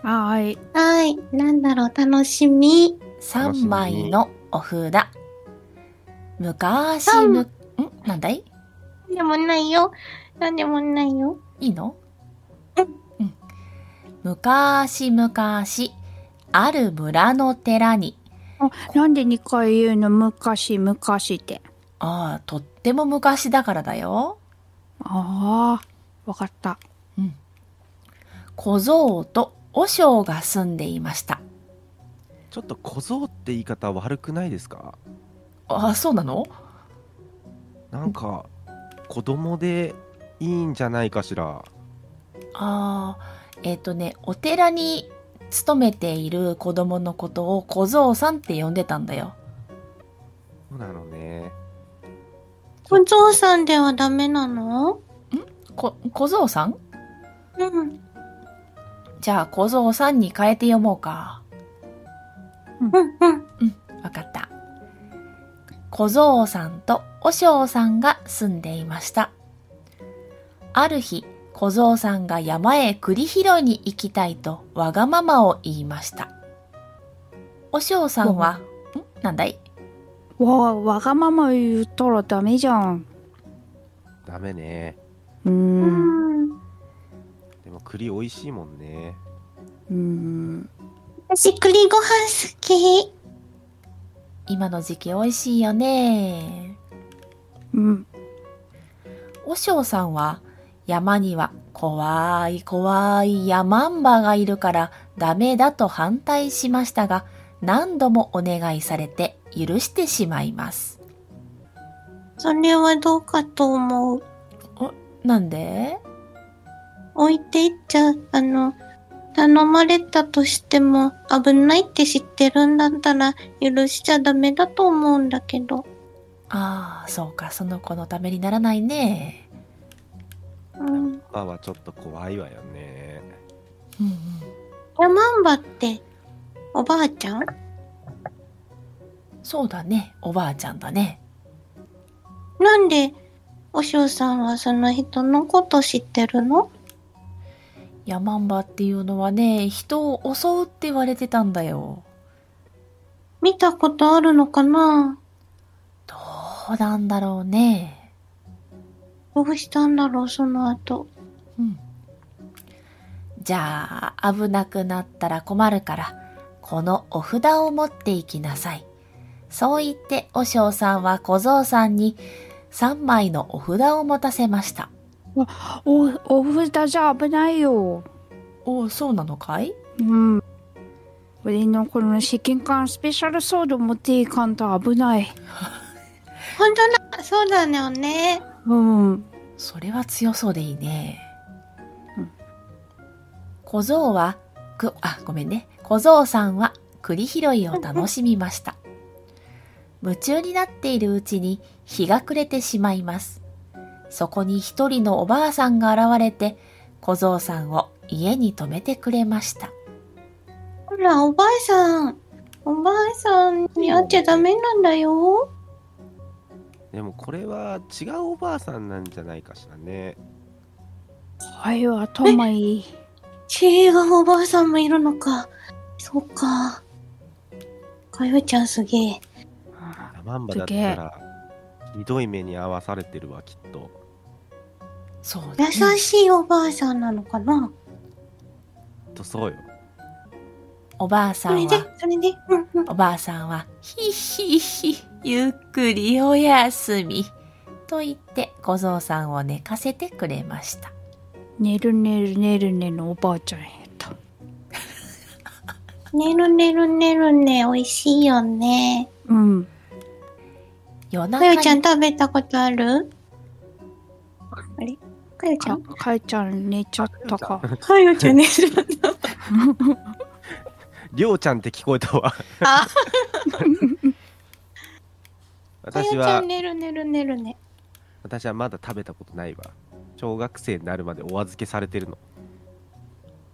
Speaker 4: はい。
Speaker 2: はい。なんだろう、楽しみ。
Speaker 3: しみ
Speaker 1: 3枚のお札。昔む、んなんだい
Speaker 2: なんでもないよ。なんでもないよ。
Speaker 1: いいの
Speaker 2: うん
Speaker 1: うん。昔々、ある村の寺に、
Speaker 4: あ、なんで2回言うの昔、昔って。
Speaker 1: ああ、とっても昔だからだよ。
Speaker 4: ああ、わかった。
Speaker 1: 小僧と和尚が住んでいました。
Speaker 3: ちょっと小僧って言い方悪くないですか
Speaker 1: ああ、そうなの
Speaker 3: なんか子供でいいんじゃないかし
Speaker 1: あ
Speaker 3: ら
Speaker 1: あ、えっ、とね、お寺に勤めている子供のことを小僧さんって呼んでたんだよ。
Speaker 3: そうなのね
Speaker 2: お嬢さんではダメなの
Speaker 1: こ、小僧さん
Speaker 2: うん。
Speaker 1: じゃあ小僧さんに変えて読もうか。
Speaker 2: うんうん。
Speaker 1: わかった。小僧さんと和尚さんが住んでいました。ある日、小僧さんが山へ栗拾いに行きたいとわがままを言いました。和尚さんは、んなんだい
Speaker 4: わあ、わがまま言ったらダメじゃん。
Speaker 3: ダメね
Speaker 4: うー。
Speaker 2: うん。
Speaker 4: うん
Speaker 3: でも栗美味しいもんね
Speaker 4: ーん。
Speaker 2: 私、栗ご飯好き。
Speaker 1: 今の時期美味しいよね。
Speaker 4: うん。
Speaker 1: 和尚さんは、山には怖い怖い山んばがいるからダメだと反対しましたが、何度もお願いされて許してしまいます。
Speaker 2: それはどうかと思う。
Speaker 1: なんで
Speaker 2: 置いていっちゃ、あの、頼まれたとしても危ないって知ってるんだったら許しちゃダメだと思うんだけど。
Speaker 1: ああ、そうか、その子のためにならないね。
Speaker 2: うん。
Speaker 3: パパはちょっと怖いわよね
Speaker 1: うんうん、
Speaker 2: ヤマンバって、おばあちゃん
Speaker 1: そうだね、おばあちゃんだね。
Speaker 2: なんで、おしょうさんはその人のこと知ってるの
Speaker 1: ヤマンバっていうのはね、人を襲うって言われてたんだよ。
Speaker 2: 見たことあるのかな
Speaker 1: どうなんだろうね。
Speaker 2: どうしたんだろう、その後。
Speaker 1: うんじゃあ、危なくなったら困るから、このお札を持っていきなさい。そう言って、お尚さんは小僧さんに3枚のお札を持たせました。
Speaker 4: お、お札じゃ危ないよ。
Speaker 1: おお、そうなのかい
Speaker 4: うん。俺のこの試験官スペシャルソード持っていかんと危ない。
Speaker 2: 本当だ、そうだよね。
Speaker 4: うん。
Speaker 1: それは強そうでいいね
Speaker 4: うん。
Speaker 1: 小僧は、く、あ、ごめんね。小僧さんは栗拾いを楽しみました。夢中になっているうちに日が暮れてしまいます。そこに一人のおばあさんが現れて、小僧さんを家に泊めてくれました。
Speaker 2: ほら、おばあさん。おばあさんに会っちゃダメなんだよ。
Speaker 3: でもこれは違うおばあさんなんじゃないかしらね
Speaker 4: はいわ、トマイ。
Speaker 2: 違うおばあさんもいるのか。そうか。かよちゃんすげえ。
Speaker 3: ヤマンバだったらひどい目に遭わされてるわきっと
Speaker 1: そう
Speaker 2: 優しいおばあさんなのかな、
Speaker 3: きっとそうよ
Speaker 1: おばあさ
Speaker 2: それ
Speaker 1: ん
Speaker 2: で
Speaker 1: は、、
Speaker 2: それで、うんうん。
Speaker 1: おばあさんは、ひひひ、ゆっくりおやすみ。と言って、小僧さんを寝かせてくれました。
Speaker 4: 寝る寝る寝る寝るおばあちゃんやった。
Speaker 2: ねるねるねるね、美味しいよね。
Speaker 4: うん。
Speaker 1: 夜
Speaker 2: かよちゃ
Speaker 1: 中
Speaker 2: ん
Speaker 1: に、
Speaker 2: 食べたことあるあれかよちゃ
Speaker 4: か
Speaker 2: ん
Speaker 4: かえちゃん寝ちゃったか。
Speaker 2: かよちゃ
Speaker 1: [laughs]
Speaker 2: んね、
Speaker 3: りょうちゃんって聞こえたわ
Speaker 2: あかよ
Speaker 3: [laughs] 私
Speaker 2: ち
Speaker 3: は
Speaker 2: ゃんねるねるねるね。
Speaker 3: 私はまだ食べたことないわ小学生になるまでお預けされてるの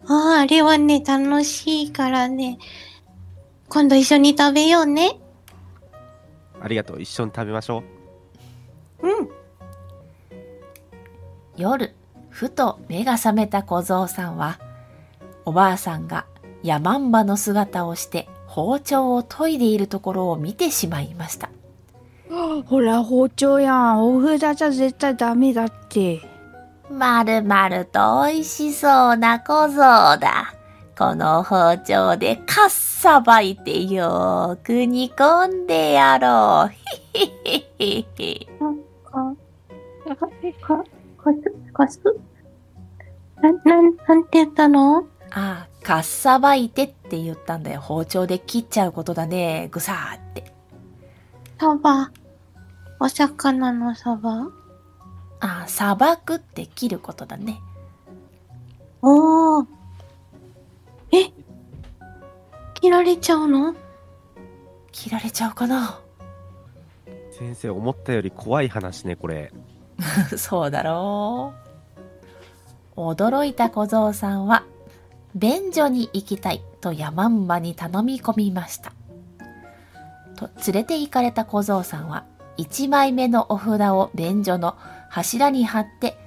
Speaker 2: ああ、あれはね、楽しいからね。今度一緒に食べようね。
Speaker 3: ありがとう一緒に食べましょう
Speaker 2: うん。
Speaker 1: 夜、ふと目が覚めた小僧さんは、おばあさんが山んばの姿をして包丁を研いでいるところを見てしまいました。
Speaker 4: ほら、包丁やん。お札じゃ絶対ダメだって。
Speaker 1: まるまると美味しそうな小僧だ。この包丁でかっさばいてよーく煮込んでやろう。 [laughs] ひひひひひ。
Speaker 2: か、か、か、かす、かす。なん、なん、なんて言ったの
Speaker 1: ああ、かっさばいてって言ったんだよ。包丁で切っちゃうことだね。ぐさーって。
Speaker 2: サバ。お魚のサバ。
Speaker 1: ああ、さばくって切ることだね。
Speaker 2: おー。え切られちゃうの
Speaker 1: 切られちゃうかな
Speaker 3: 先生、思ったより怖い話ね、これ。
Speaker 1: [laughs] そうだろう。驚いた小僧さんは、便所に行きたいと山んばに頼み込みました。と、連れて行かれた小僧さんは、一枚目のお札を便所の柱に貼って、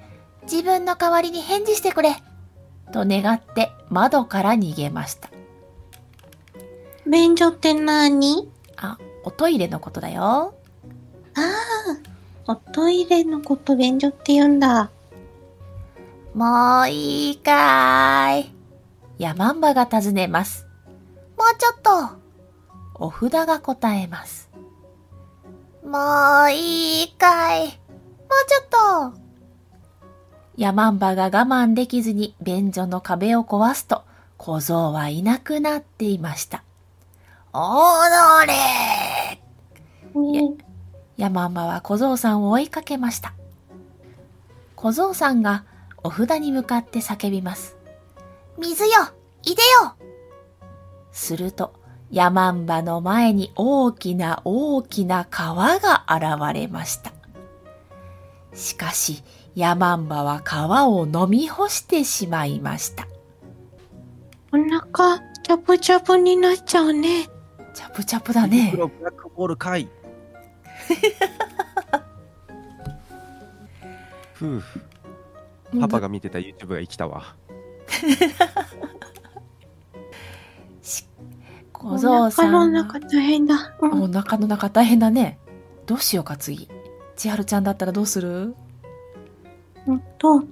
Speaker 1: 自分の代わりに返事してくれと願って窓から逃げました。
Speaker 2: 便所って何
Speaker 1: あ、おトイレのことだよ。
Speaker 2: ああ。おトイレのこと便所って言うんだ。
Speaker 1: もういいかーい。山んばが尋ねます。もうちょっと。お札が答えます。もういいかい。もうちょっと。山んばが我慢できずに便所の壁を壊すと、小僧はいなくなっていました。おのれー
Speaker 2: ね
Speaker 1: 山マは小僧さんを追いかけました。小僧さんがお札に向かって叫びます。水よいでよすると、山んばの前に大きな大きな川が現れました。しかし、山んばは川を飲み干してしまいました。
Speaker 2: お腹、チャプチャプになっちゃうね。
Speaker 1: チャプチャプだね
Speaker 3: ブ。ラックボール
Speaker 2: [laughs]
Speaker 3: かい。ふう、パパが見てた YouTube が生きたわ。
Speaker 1: 小僧さん
Speaker 2: お
Speaker 1: は。
Speaker 2: 腹の中大変だ。 [laughs] うん
Speaker 1: お腹の中大変だね。どうしようか次。千春ちゃんだったらどうする
Speaker 2: うんと、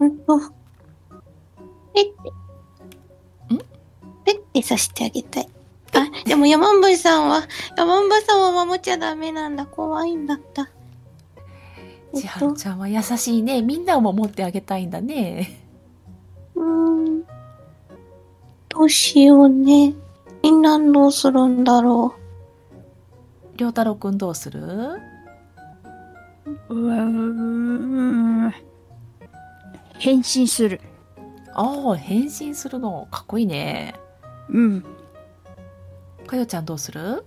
Speaker 2: うんと、ペッて。
Speaker 1: ん
Speaker 2: ペッてさしてあげたい。あ、でも山んばさんは、山んばさんは守っちゃダメなんだ。怖いんだった。え
Speaker 1: 千
Speaker 2: っと
Speaker 1: 春、ちゃんは優しいね。みんなを守ってあげたいんだね。
Speaker 2: うーん。どうしようね。みんなどうするんだろ
Speaker 1: りょうたろうくんどうする
Speaker 4: うわうーん変身する。
Speaker 1: ああ、変身するの。かっこいいね。
Speaker 4: うん。
Speaker 1: かよちゃんどうする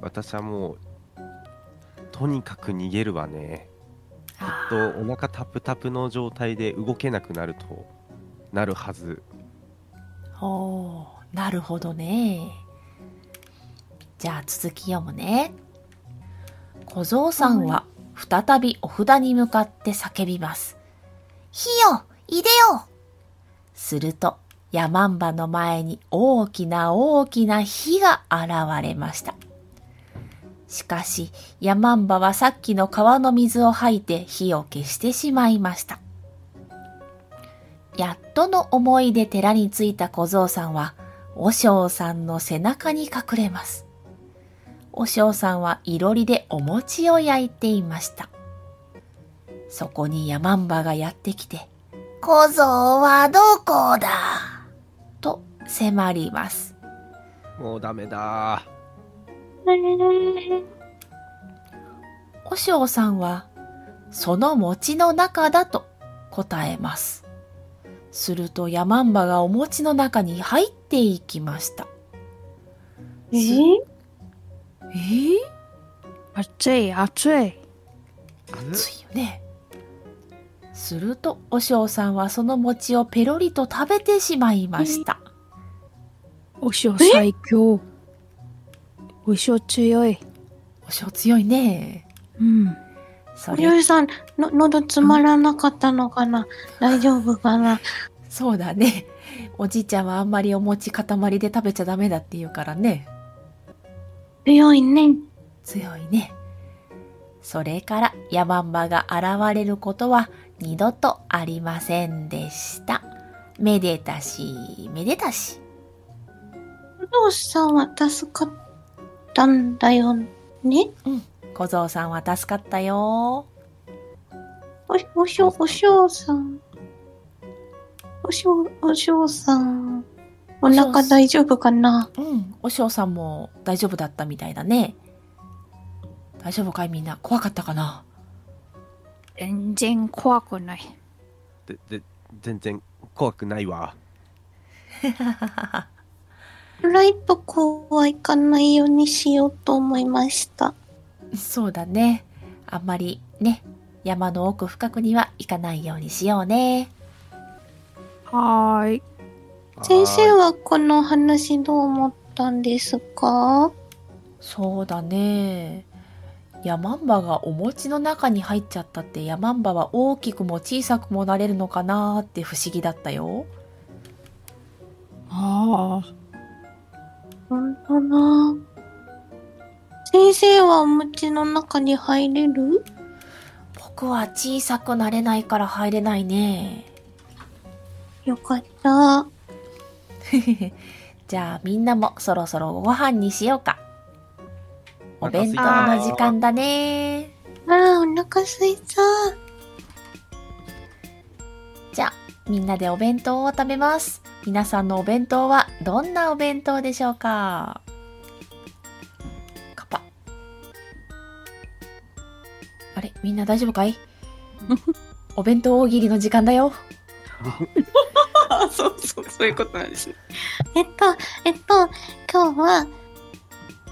Speaker 3: 私はもう、とにかく逃げるわね。
Speaker 1: あ
Speaker 3: と、お腹タプタプの状態で動けなくなると、なるはず。
Speaker 1: おーなるほどね。じゃあ続き読むね。小僧さんは再びお札に向かって叫びます。火よいでよすると、山んばの前に大きな大きな火が現れました。しかし、山んばはさっきの川の水を吐いて火を消してしまいました。やっとの思いで寺に着いた小僧さんは、お尚さんの背中に隠れます。お尚さんはいろりでお餅を焼いていました。そこにヤマンバがやってきて、小僧はどこだと迫ります。
Speaker 3: もうダメだ。
Speaker 2: う。え
Speaker 1: お尚さんは、その餅の中だと答えます。するとヤマンバがお餅の中に入っていきました。
Speaker 2: ー、
Speaker 1: えー
Speaker 4: 熱い熱い。
Speaker 1: 熱いよねするとお尚さんはその餅をペロリと食べてしまいました
Speaker 4: お塩最強。お塩強い。
Speaker 1: お尚強いね
Speaker 4: うん。
Speaker 1: そ
Speaker 2: りょ
Speaker 1: れ
Speaker 2: うさん、の、喉詰まらなかったのかな大丈夫かな
Speaker 1: そうだねおじいちゃんはあんまりお餅塊で食べちゃダメだって言うからね
Speaker 2: 強いね。
Speaker 1: 強いねそれからヤマンバが現れることは二度とありませんでしためでたし、めでたし。
Speaker 2: 不動産は助かったんだよね。
Speaker 1: 小僧さんは助かったよ。
Speaker 2: お、おしょ、おしょうさん。おしょう、おしょうさん。お腹大丈夫かな
Speaker 1: うん、おしょうさんも大丈夫だったみたいだね。大丈夫かいみんな。怖かったかな
Speaker 4: 全然怖くない。
Speaker 3: でで全然怖くないわ
Speaker 2: ライブ校は行かないようにしようと思いました。
Speaker 1: そうだね。あんまりね、山の奥深くには行かないようにしようね。
Speaker 4: はーい。
Speaker 2: 先生
Speaker 3: は
Speaker 2: はこの話どう思ったんですか
Speaker 1: そうだね。ヤマンバがお餅の中に入っちゃったってヤマンバは大きくも小さくもなれるのかなーって不思議だったよ。
Speaker 4: ああ。
Speaker 2: ほんとな。先生はお餅の中に入れる
Speaker 1: 僕は小さくなれないから入れないね。
Speaker 2: よかった。
Speaker 1: じゃあみんなもそろそろご飯にしようか。お弁当の時間だね。
Speaker 2: あら、お腹すいた。
Speaker 1: じゃあみんなでお弁当を食べます。皆さんのお弁当はどんなお弁当でしょうかカパ。あれみんな大丈夫か [laughs] いお弁当大喜利の時間だよ。
Speaker 5: あそうそう、そういうことなんですね。
Speaker 2: えっと、えっと、今日は、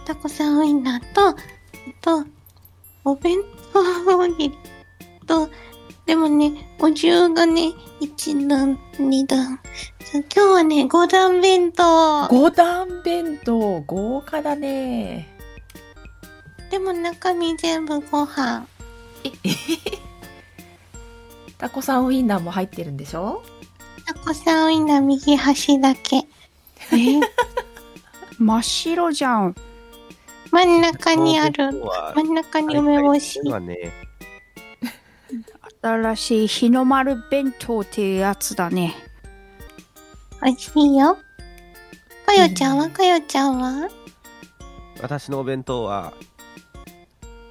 Speaker 2: タコさんウインナーと、えっと、お弁当おにぎりと、でもね、お重がね、1段、2段。そう今日はね、5段弁当。
Speaker 1: 五段弁当豪華だね。
Speaker 2: でも中身全部ご飯。
Speaker 1: タコさんウインナーも入ってるんでしょ
Speaker 2: タコさんウインナー右端だけ。
Speaker 4: え [laughs] ー真っ白じゃん。
Speaker 2: 真ん中にある。
Speaker 3: は
Speaker 2: 真ん中に梅干し。
Speaker 3: はね
Speaker 4: 新しい日の丸弁当ってやつだね。
Speaker 2: 美味しいよ。かよちゃんはかよちゃんは
Speaker 3: 私のお弁当は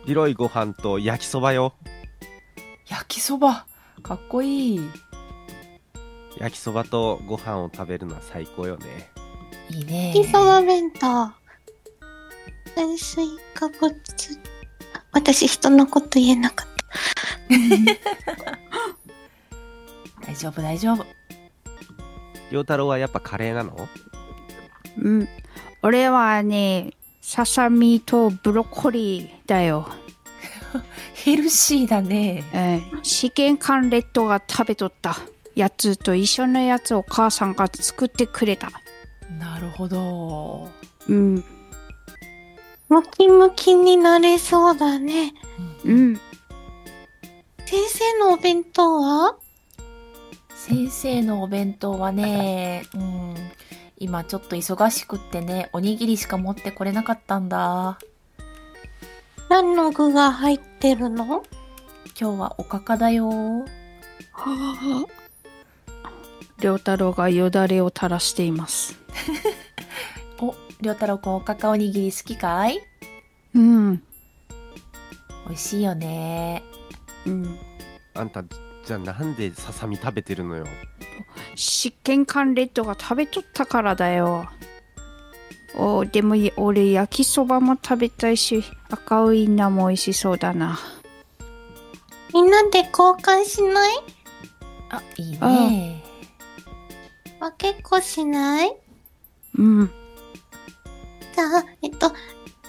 Speaker 3: 広いご飯と焼きそばよ
Speaker 1: 焼きそばかっこいい。
Speaker 3: 焼きそばとご飯を食べるのは最高よね
Speaker 1: いいね。
Speaker 2: 焼きそば弁当。炭水化物。私人のこと言えなかっ
Speaker 1: 大丈夫大丈夫。
Speaker 3: 陽太郎はやっぱカレーなの
Speaker 4: うん。俺はね、ささみとブロッコリーだよ。
Speaker 1: ヘルシーだね。
Speaker 4: えー試験管レッドが食べとったやつと一緒のやつを母さんが作ってくれた。
Speaker 1: なるほど。
Speaker 4: うん。
Speaker 2: た。ムキムキになれそうだね。
Speaker 4: う
Speaker 1: うん
Speaker 4: ん。
Speaker 2: 先生のお弁当は
Speaker 1: 先生のお弁当はね、うん、今ちょっと忙しくってね、おにぎりしか持ってこれなかったんだ。
Speaker 2: 何の具が入ってるの
Speaker 1: 今日はおかかだよ。
Speaker 4: は良太郎がよだれを垂らしています。
Speaker 1: お、りょうたろうくんおかかおにぎり好きかい
Speaker 4: うん。
Speaker 1: 美味しいよね。
Speaker 4: うん、
Speaker 3: あんたじゃあなんでささみ食べてるのよ
Speaker 4: 試験管レッドが食べとったからだよ。おでもい俺焼きそばも食べたいし赤ウインナーも美味しそうだな。
Speaker 2: みんなで交換しない
Speaker 1: あ、いいね。
Speaker 2: 分けっこしない
Speaker 4: うん。
Speaker 2: じゃあ、えっと、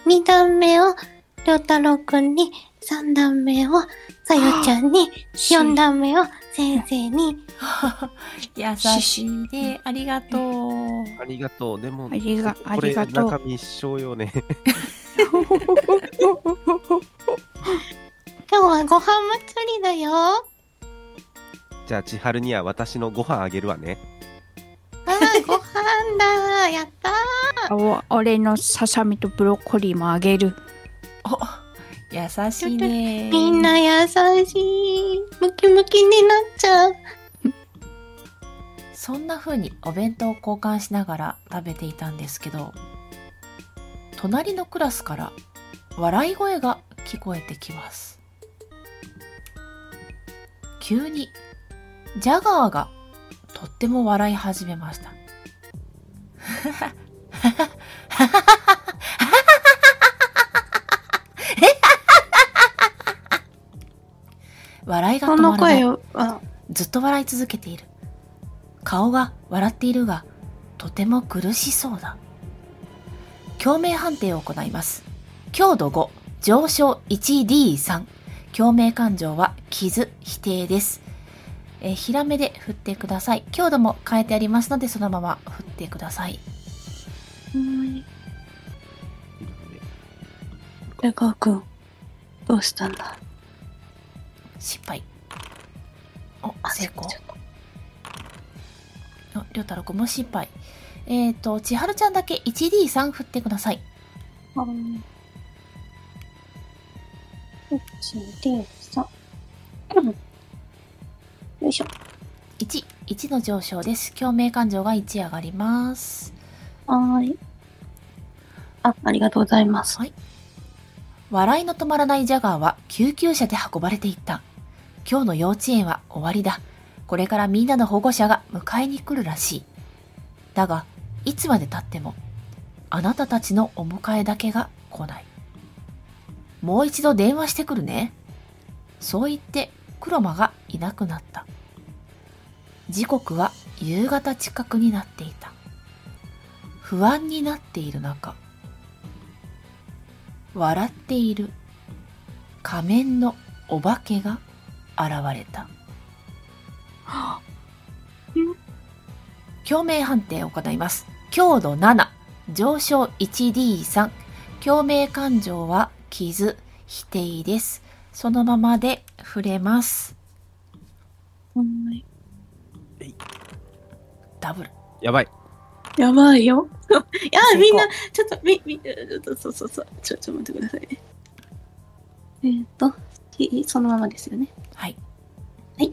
Speaker 2: 二段目を、りょうたろうくんに、三段目を、かよちゃんに、四段目を、先生に。
Speaker 1: 優しいね。ありがとう。
Speaker 3: ありがとうでも
Speaker 4: ありが
Speaker 3: これ
Speaker 4: ありがとう
Speaker 3: 中身一生よね [laughs]
Speaker 2: 今日はご飯祭りだよ。あ
Speaker 3: じゃあ千春には私のご飯あげるわね
Speaker 2: あ、ご飯だ。やった
Speaker 4: あお俺のささみとブロッコリーもあげる。
Speaker 1: お、優しいね。
Speaker 2: ー。みんな優しい。ムキムキになっちゃう。
Speaker 1: そんな風にお弁当を交換しながら食べていたんですけど隣のクラスから笑い声が聞こえてきます急にジャガーがとっても笑い始めました [laughs] 笑いが
Speaker 2: そ
Speaker 1: 止まらな
Speaker 2: の
Speaker 1: い
Speaker 2: 声は、
Speaker 1: ずっと笑い続けている。顔が笑っているが、とても苦しそうだ。共鳴判定を行います。強度5、上昇 1D3。共鳴感情は傷、否定です。えー、ひらめで振ってください。強度も変えてありますので、そのまま振ってください。
Speaker 2: うん江川くん、どうしたんだ
Speaker 1: 失敗。お、成功。あ、りょうたろうくんも失敗。えっ、ー、と、千春ちゃんだけ 1D3 振ってください。
Speaker 2: うん一で、三。うんよいしょ。
Speaker 1: 1、1の上昇です。共鳴感情が1上がります。
Speaker 2: はーい。あ、ありがとうございます。
Speaker 1: 笑いの止まらないジャガーは救急車で運ばれていった。今日の幼稚園は終わりだ。これからみんなの保護者が迎えに来るらしい。だが、いつまで経っても、あなたたちのお迎えだけが来ない。もう一度電話してくるね。そう言って、黒間がいなくなった。時刻は夕方近くになっていた。不安になっている中、笑っている仮面のお化けが現れた共鳴判定を行います強度7上昇 1D3 共鳴感情は傷否定ですそのままで触れます
Speaker 2: はーい
Speaker 1: ダブル
Speaker 3: やばい。
Speaker 5: やばいよ。
Speaker 2: い [laughs] やー、
Speaker 1: 成功
Speaker 2: みんな、
Speaker 5: ちょっと、み、み、ちょっと、そうそうそう。ちょ、ちょ、待ってくださいね。
Speaker 2: えーっと、ひそのままですよね。
Speaker 1: はい
Speaker 2: はい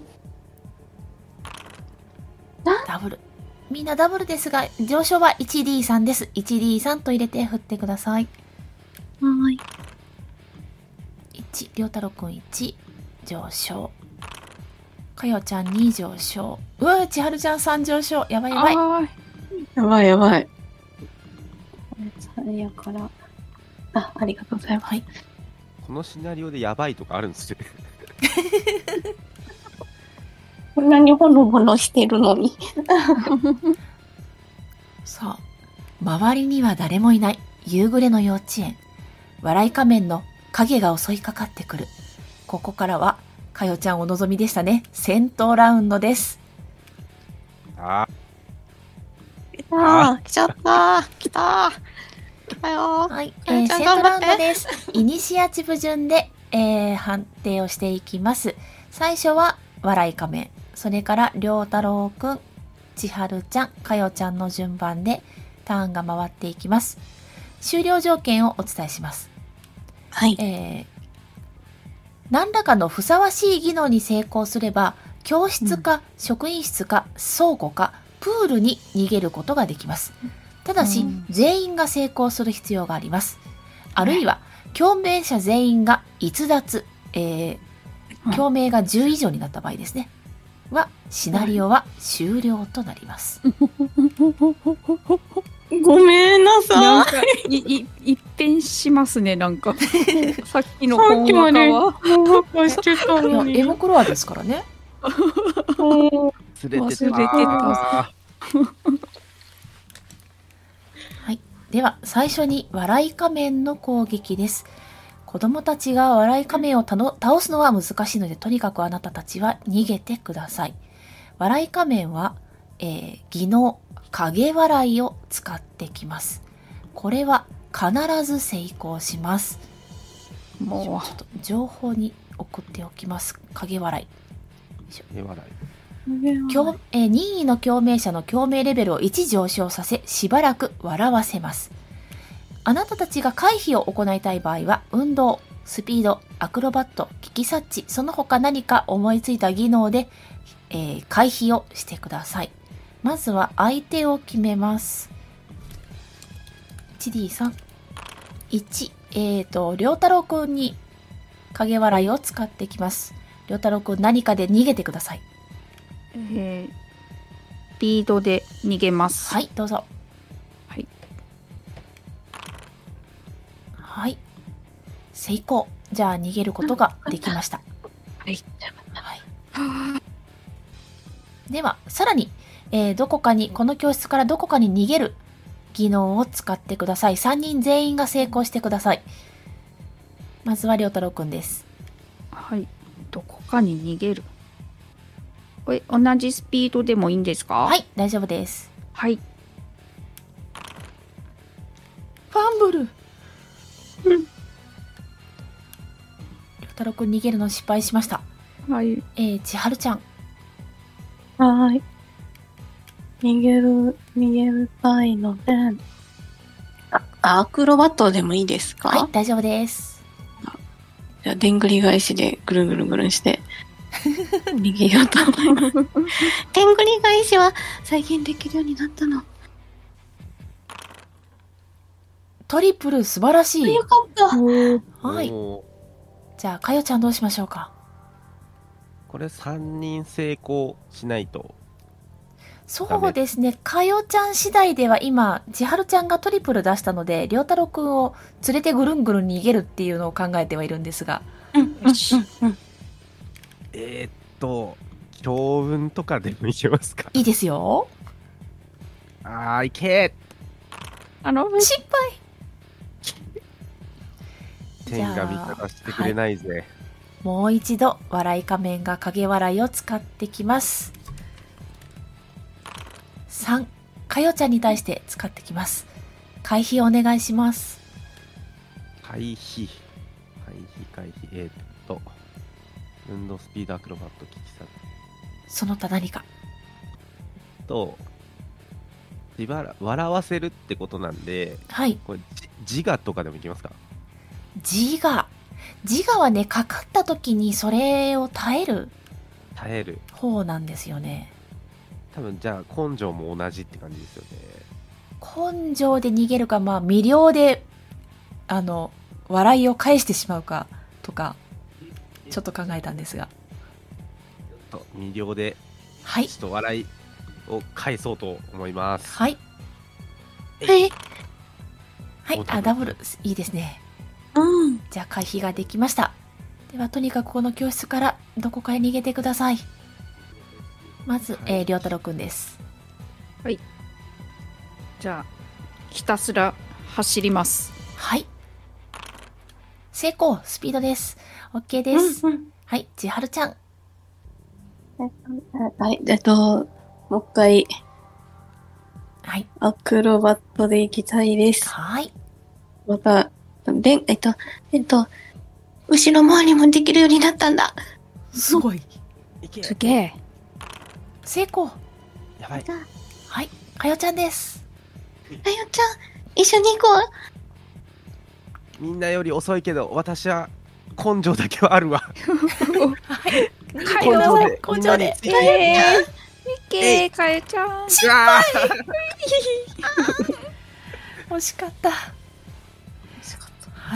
Speaker 1: ダブルみんなダブルですが上昇は 1D3 です 1D3 と入れて振ってください
Speaker 2: はーい。
Speaker 1: 1りょうたろうくん1上昇かよちゃん2上昇うわちはるちゃん3上昇やばいやばい
Speaker 4: あー
Speaker 5: やばいやばい。
Speaker 2: さやから。あ、ありがとうございます。
Speaker 1: はい
Speaker 3: このシナリオでやばいとかあるんですよ。 [laughs]
Speaker 2: こんなにほのぼのしてるのに。
Speaker 1: さあ周りには誰もいない夕暮れの幼稚園笑い仮面の影が襲いかかってくるここからはかよちゃんお望みでしたね戦闘ラウンドです
Speaker 3: あ
Speaker 2: あー、来ちゃったー。来たー。来たよー。
Speaker 1: はい、
Speaker 2: かよ
Speaker 1: えー
Speaker 2: ちゃん
Speaker 1: セントラウン
Speaker 2: 頑張
Speaker 1: ド
Speaker 2: っ
Speaker 1: です。イニシアチブ順で、えー判定をしていきます。最初は、笑い仮面。それから、りょうたろうくん、ちはるちゃん、かよちゃんの順番で、ターンが回っていきます。終了条件をお伝えします。
Speaker 2: はい。
Speaker 1: えー何らかのふさわしい技能に成功すれば、教室か職員室か倉庫かプールに逃げることができます。ただし、
Speaker 5: うん
Speaker 1: 全員が成功する必要があります。あるいは、共鳴者全員が逸脱、え
Speaker 5: は
Speaker 1: ー、
Speaker 5: い
Speaker 1: 共鳴が10以上になった場合ですね。は、シナリオは終了となります。
Speaker 5: ごめんな
Speaker 4: なん
Speaker 5: さ
Speaker 4: かいい一変しますねなんかさっきの
Speaker 5: さっ
Speaker 4: 本
Speaker 5: きま
Speaker 4: 話
Speaker 5: で
Speaker 4: は。
Speaker 5: い。もう、こしてた
Speaker 1: いや
Speaker 5: の、に。
Speaker 1: エモクロアですからね。
Speaker 3: ー連れて
Speaker 4: 忘れて
Speaker 3: た
Speaker 4: た。
Speaker 1: では最初に笑い仮面の攻撃です子供たちが笑い仮面をたの倒すのは難しいのでとにかくあなたたちは逃げてください笑い仮面は、えー技能影笑いを使ってきますこれは必ず成功しますちょ
Speaker 4: も
Speaker 1: っと情報に送っておきます影笑い
Speaker 3: え笑い。
Speaker 1: 共えー任意の共鳴者の共鳴レベルを1上昇させしばらく笑わせますあなたたちが回避を行いたい場合は運動スピードアクロバット危機察知その他何か思いついた技能で、えー回避をしてくださいまずは相手を決めます。1D さん。1、えーと、りょうたろうくんに影笑いを使ってきます。りょうたろうくん何かで逃げてください。
Speaker 4: えー、リードで逃げます。
Speaker 1: はい、どうぞ。
Speaker 4: はい。
Speaker 1: はい。成功。じゃあ逃げること
Speaker 4: [laughs]
Speaker 1: ができました。
Speaker 4: はい。
Speaker 1: はい。では、さらに、えーどこかに、この教室からどこかに逃げる技能を使ってください。3人全員が成功してください。まずは、りょうたろうくんです。
Speaker 4: はい。どこかに逃げる。これ、同じスピードでもいいんですか
Speaker 1: はい、大丈夫です。
Speaker 4: はい。
Speaker 1: ファンブルうん。りょうたろうくん逃げるの失敗しました。
Speaker 4: はい。
Speaker 1: えー、ちはるちゃん。
Speaker 5: はーい。逃げる、逃げるたいので。あ、アクロバットでもいいですか、
Speaker 1: はい、大丈夫です。
Speaker 5: じゃあ、でんぐり返しでぐるんぐるんぐるんして、 [laughs] 逃げようと思
Speaker 2: [laughs]
Speaker 5: います。
Speaker 2: てんぐり返しは再現できるようになったの。
Speaker 1: トリプル素晴らしい。
Speaker 2: よかった。
Speaker 1: はい。
Speaker 3: おー
Speaker 1: じゃあ、かよちゃんどうしましょうか。
Speaker 3: これ3人成功しないと
Speaker 1: そうですね。かよちゃん次第では今、千春ちゃんがトリプル出したので、りょうたろうくんを連れてぐるんぐるん逃げるっていうのを考えてはいるんですが。
Speaker 2: うん、うん、うん。
Speaker 3: えー、っと強運とかでもいけますか
Speaker 1: いいですよ。
Speaker 3: あーいけ
Speaker 4: あの、
Speaker 1: 失敗じ
Speaker 3: 天
Speaker 1: ゃあ
Speaker 3: が味方してくれないぜ、
Speaker 1: もう一度、笑い仮面が影笑いを使ってきます。3、かよちゃんに対して使ってきます。回避お願いします。
Speaker 3: 回避回避回避えー、っと運動スピードアクロバット聞きさ
Speaker 1: その他何か。
Speaker 3: と自腹笑わせるってことなんで
Speaker 1: はい。
Speaker 3: これじ自我とかでもいきますか
Speaker 1: 自我。自我はね、かかった時にそれを耐える
Speaker 3: 耐える
Speaker 1: 方なんですよね。
Speaker 3: 多分じゃあ根性も同じって感じですよね
Speaker 1: 根性で逃げるか、まあ、魅了で、あの、笑いを返してしまうか、とか、ちょっと考えたんですが。
Speaker 3: と魅了で
Speaker 1: はい。
Speaker 3: ちょっと笑いを返そうと思います
Speaker 1: はい。
Speaker 2: はい。
Speaker 1: はい
Speaker 3: お。
Speaker 1: あ、ダブル。いいですね。
Speaker 2: うん。
Speaker 1: じゃあ、回避ができました。では、とにかくこの教室から、どこかへ逃げてください。まず、
Speaker 3: はい
Speaker 1: えー、りょうたろうくんです。
Speaker 4: じゃあ、ひたすら走ります。
Speaker 1: はい。成功スピードです。OK で
Speaker 2: う
Speaker 1: す。
Speaker 2: ん、うん。
Speaker 1: はい、千春ちゃん。
Speaker 5: はい、えっと、もう一回、
Speaker 1: はい。
Speaker 5: アクロバットで行きたいです。
Speaker 1: はい。
Speaker 5: また、でん、
Speaker 2: えっと、えっと、後ろ回りもできるようになったんだ。
Speaker 1: すごい。
Speaker 3: いけ
Speaker 4: すげえ。
Speaker 1: 成功。
Speaker 3: やばい
Speaker 2: じゃ
Speaker 1: はい。かよちゃんです。
Speaker 2: あ、あよちゃん、一緒に行こう。
Speaker 3: みんなより遅いけど私は根性だけはあるわ
Speaker 1: はい。
Speaker 4: かよ
Speaker 1: は
Speaker 4: ちゃん
Speaker 1: い根性で。
Speaker 4: ええいけー、かえちゃん。
Speaker 3: うわー
Speaker 1: 惜しかった。は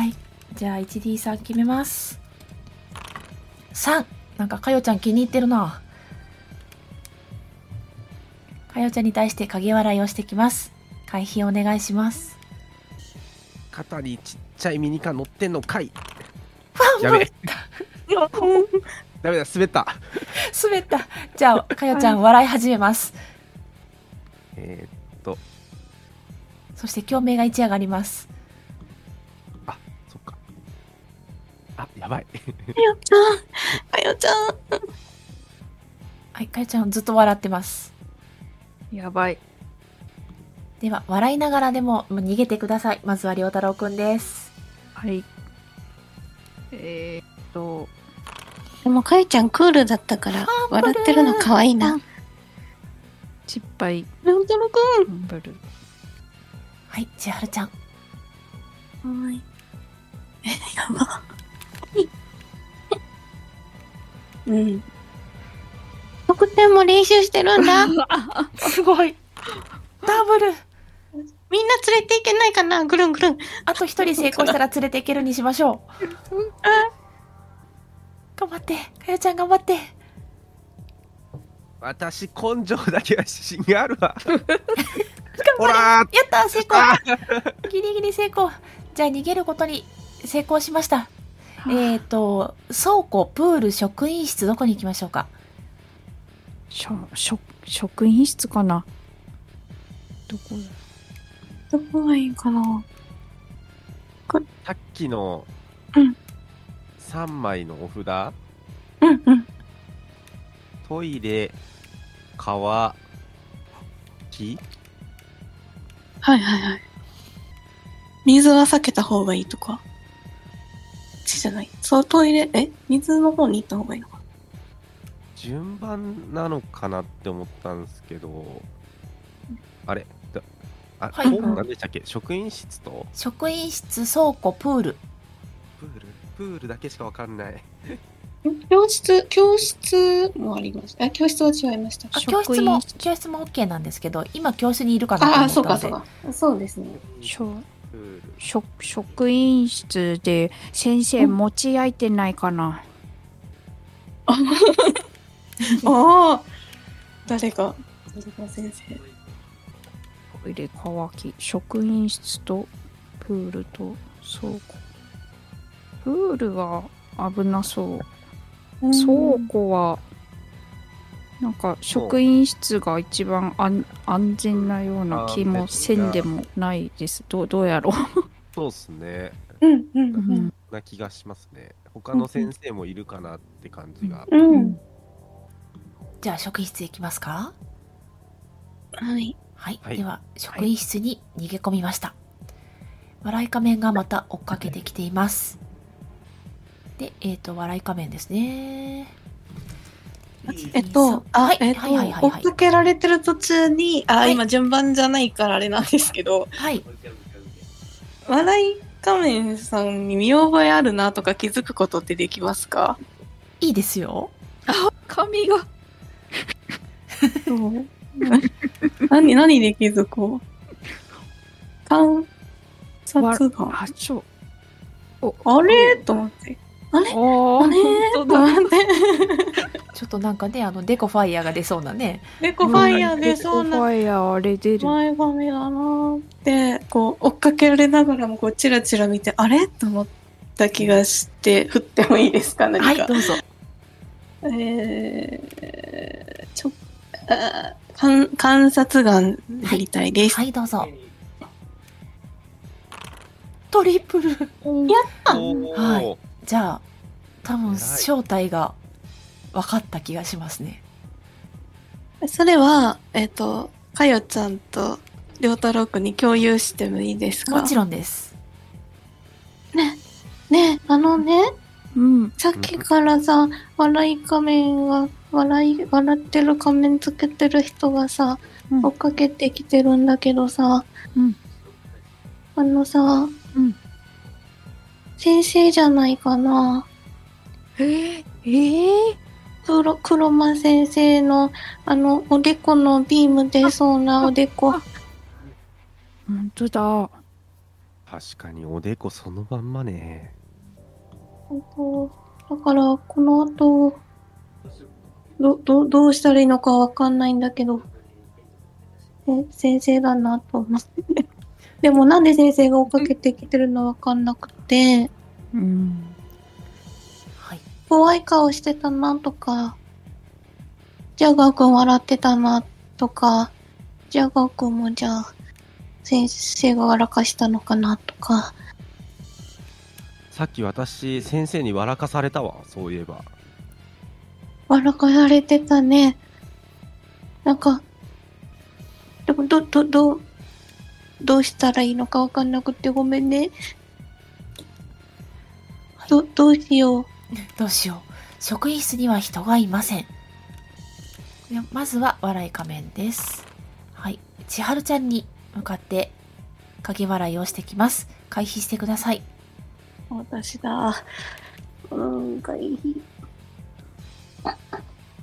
Speaker 1: い。じゃあ、1D さん決めます。3。なんか、かよちゃん気に入ってるな。かよちゃんに対して影笑いをしてきます。回避お願いします。
Speaker 3: 肩にちっちゃいミニカー乗ってんのかい
Speaker 1: フ
Speaker 3: やべえダメだ滑った
Speaker 1: [laughs] 滑った。じゃあ、かよちゃん笑い始めます。
Speaker 3: えー、
Speaker 1: そして共鳴が一上がります。
Speaker 3: そっかあやばい
Speaker 2: あよちゃん、あよちゃん。
Speaker 1: はい、かよちゃんずっと笑ってます。
Speaker 4: やばい。
Speaker 1: では、笑いながらでももう逃げてください。まずは、りょうたろうくんです。
Speaker 4: はい。えー、っと、
Speaker 2: でも、かゆちゃんクールだったから、笑ってるの可愛いな。
Speaker 4: 失敗、
Speaker 2: なんとなく
Speaker 4: ファンブル。
Speaker 1: はい、千春ちゃん。
Speaker 2: ん。はい。
Speaker 5: うん。
Speaker 2: ど
Speaker 6: 得点も練習してるんだ。みんな
Speaker 1: すごい。ダブル。
Speaker 6: 連れていけないかなぐるんぐるん。
Speaker 1: あと一人成功したら連れていけるにしましょう。頑張って。かよちゃん頑張って。
Speaker 3: 私根性だけは自信があるわほらー
Speaker 1: やったー成功
Speaker 3: あ
Speaker 1: ギリギリ成功。じゃあ逃げることに成功しました。えっ、と、倉庫、プール、職員室、どこに行きましょうか
Speaker 4: しょしょ職員室かなどこだ
Speaker 2: どこがいいかな
Speaker 3: さっきの
Speaker 2: うん
Speaker 3: 3枚のお札
Speaker 2: うんうん。
Speaker 3: トイレ川木
Speaker 2: はいはいはい。水は避けた方がいいとか。ちじゃない。そう、トイレ、え水の方に行った方がいいのか。
Speaker 3: 順番なのかなって思ったんですけどあれだあ、
Speaker 1: はい
Speaker 3: こう何でしたっけ職員室と
Speaker 1: 職員室、倉庫、プール。
Speaker 3: プールプールだけしかわかんない
Speaker 2: 教室、教室もありました。あ、教室は違いました。
Speaker 1: あ、
Speaker 4: 職
Speaker 1: 教
Speaker 4: 員
Speaker 1: 室も、
Speaker 4: 室
Speaker 1: 教室も OK なんですけど、今教室にいるかなと思
Speaker 2: あ
Speaker 1: ったので。
Speaker 2: あ、そうかそうか。そうですね。
Speaker 4: しょ
Speaker 3: プール
Speaker 4: しょ職員室で先生持ち焼いてないかな、
Speaker 2: ああ誰か、誰か先生。
Speaker 4: トイレ乾き職員室とプールと倉庫プールは危なそう倉庫はなんか職員室が一番安安全なような気
Speaker 3: あ
Speaker 4: も
Speaker 3: ー
Speaker 4: せんでもないですどうどうやろ
Speaker 3: そうっすね
Speaker 2: うんうん
Speaker 4: う、うん
Speaker 3: な気がしますね他の先生もいるかなって感じが、
Speaker 2: うん。う
Speaker 4: うんん。
Speaker 1: じゃあ職員室行きますか
Speaker 2: はい。
Speaker 1: はい、
Speaker 3: はい
Speaker 1: では職員室に逃げ込みました、笑い仮面がまた追っかけてきていますでえっ、と笑い仮面ですね
Speaker 2: えっと、あ、
Speaker 1: はい
Speaker 2: えっ
Speaker 1: は
Speaker 2: と、
Speaker 1: いはいはい
Speaker 2: 追っかけられてる途中に、あ、
Speaker 1: はい
Speaker 2: 今順番じゃないからあれなんですけど、
Speaker 1: はい
Speaker 2: 笑い仮面さんに見覚えあるなとか気づくことってできますか
Speaker 1: いいですよ
Speaker 4: 髪が
Speaker 2: そう。 [laughs] 何、何で気づこう観察眼。
Speaker 4: あそう
Speaker 2: あれと思って。
Speaker 4: あー
Speaker 2: あ
Speaker 4: 本
Speaker 2: れ
Speaker 4: 当
Speaker 2: と [laughs]
Speaker 4: だ
Speaker 2: 思って。
Speaker 1: ちょっとなんかねあのデコファイヤーが出そうなね
Speaker 2: 猫ファイヤーでそうな
Speaker 4: ファイヤーあれ出る
Speaker 2: 前髪だなーってこう追っかけられながらもこうチラチラ見てあれと思った気がして振ってもいいですか何か、
Speaker 1: はいどうぞ
Speaker 2: えー、ちょあーかん観察眼振りたいです、
Speaker 1: はいどうぞトリプル
Speaker 3: おー
Speaker 1: はいじゃあ多分
Speaker 3: 偉い
Speaker 1: 正体が分かった気がしますね
Speaker 2: それはえっ、とかよちゃんとりょうたろうくんに共有してもいいですか
Speaker 1: もちろんです
Speaker 2: ねえあのね
Speaker 4: うん
Speaker 2: さっきからさ、笑い仮面が、笑い、笑ってる仮面つけてる人がさ、
Speaker 4: うん
Speaker 2: 追っかけてきてるんだけどさ、
Speaker 4: うん
Speaker 2: あのさ、
Speaker 4: うん
Speaker 2: 先生じゃないかな。
Speaker 4: ええ
Speaker 2: 黒、黒間先生の、あの、おでこのビーム出そうなおでこ。
Speaker 4: 本当だ
Speaker 3: 確かにおでこそのまんまね
Speaker 2: だから、この後、ど、ど、どうしたらいいのかわかんないんだけど、え、先生だなと思って。 [laughs] でもなんで先生が追っかけてきてるのわかんなくて、
Speaker 4: うん
Speaker 1: はい
Speaker 2: 怖い顔してたなとか、ジャガー君笑ってたなとか、ジャガー君もじゃあ、先生が笑かしたのかなとか、
Speaker 3: さっき私先生に笑かされたわそういえば [laughs]
Speaker 2: 笑かされてたね。なんか、でも、ど、ど、ど、どうしたらいいのかわかんなくてごめんね。ど、どうしよう。
Speaker 1: どうしよう。職員室には人がいません。でまずは笑い仮面です。はい。千春ちゃんに向かって、鍵笑いをしてきます。回避してください。
Speaker 2: 私だ。うーん、かいい。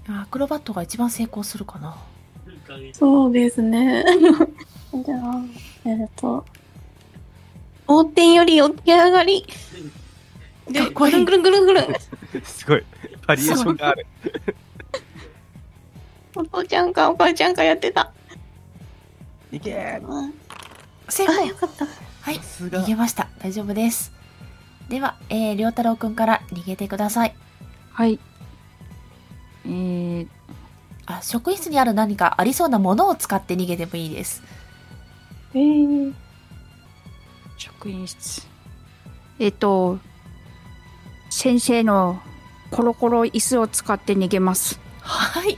Speaker 1: アクロバットが一番成功するかな。
Speaker 2: そうですね。 [laughs]
Speaker 7: じゃあ、えっと、
Speaker 2: 横転より起き上がり。で、
Speaker 1: かっこいい
Speaker 2: ぐるんぐるんぐるんぐるん。
Speaker 3: すごい。バリエーションがある。
Speaker 2: お父ちゃんかお母ちゃんかやってた。
Speaker 3: いけー
Speaker 1: 成
Speaker 2: あ、
Speaker 1: 功
Speaker 2: よかった。
Speaker 1: はい
Speaker 3: さ、すが
Speaker 1: 逃げました。大丈夫です。では、えー、りょうたろうくんから逃げてください。
Speaker 4: はい。えー、
Speaker 1: あ、職員室にある何かありそうなものを使って逃げてもいいです。
Speaker 2: えー、
Speaker 4: 職員室。えっと、先生のコロコロ椅子を使って逃げます。
Speaker 1: はい。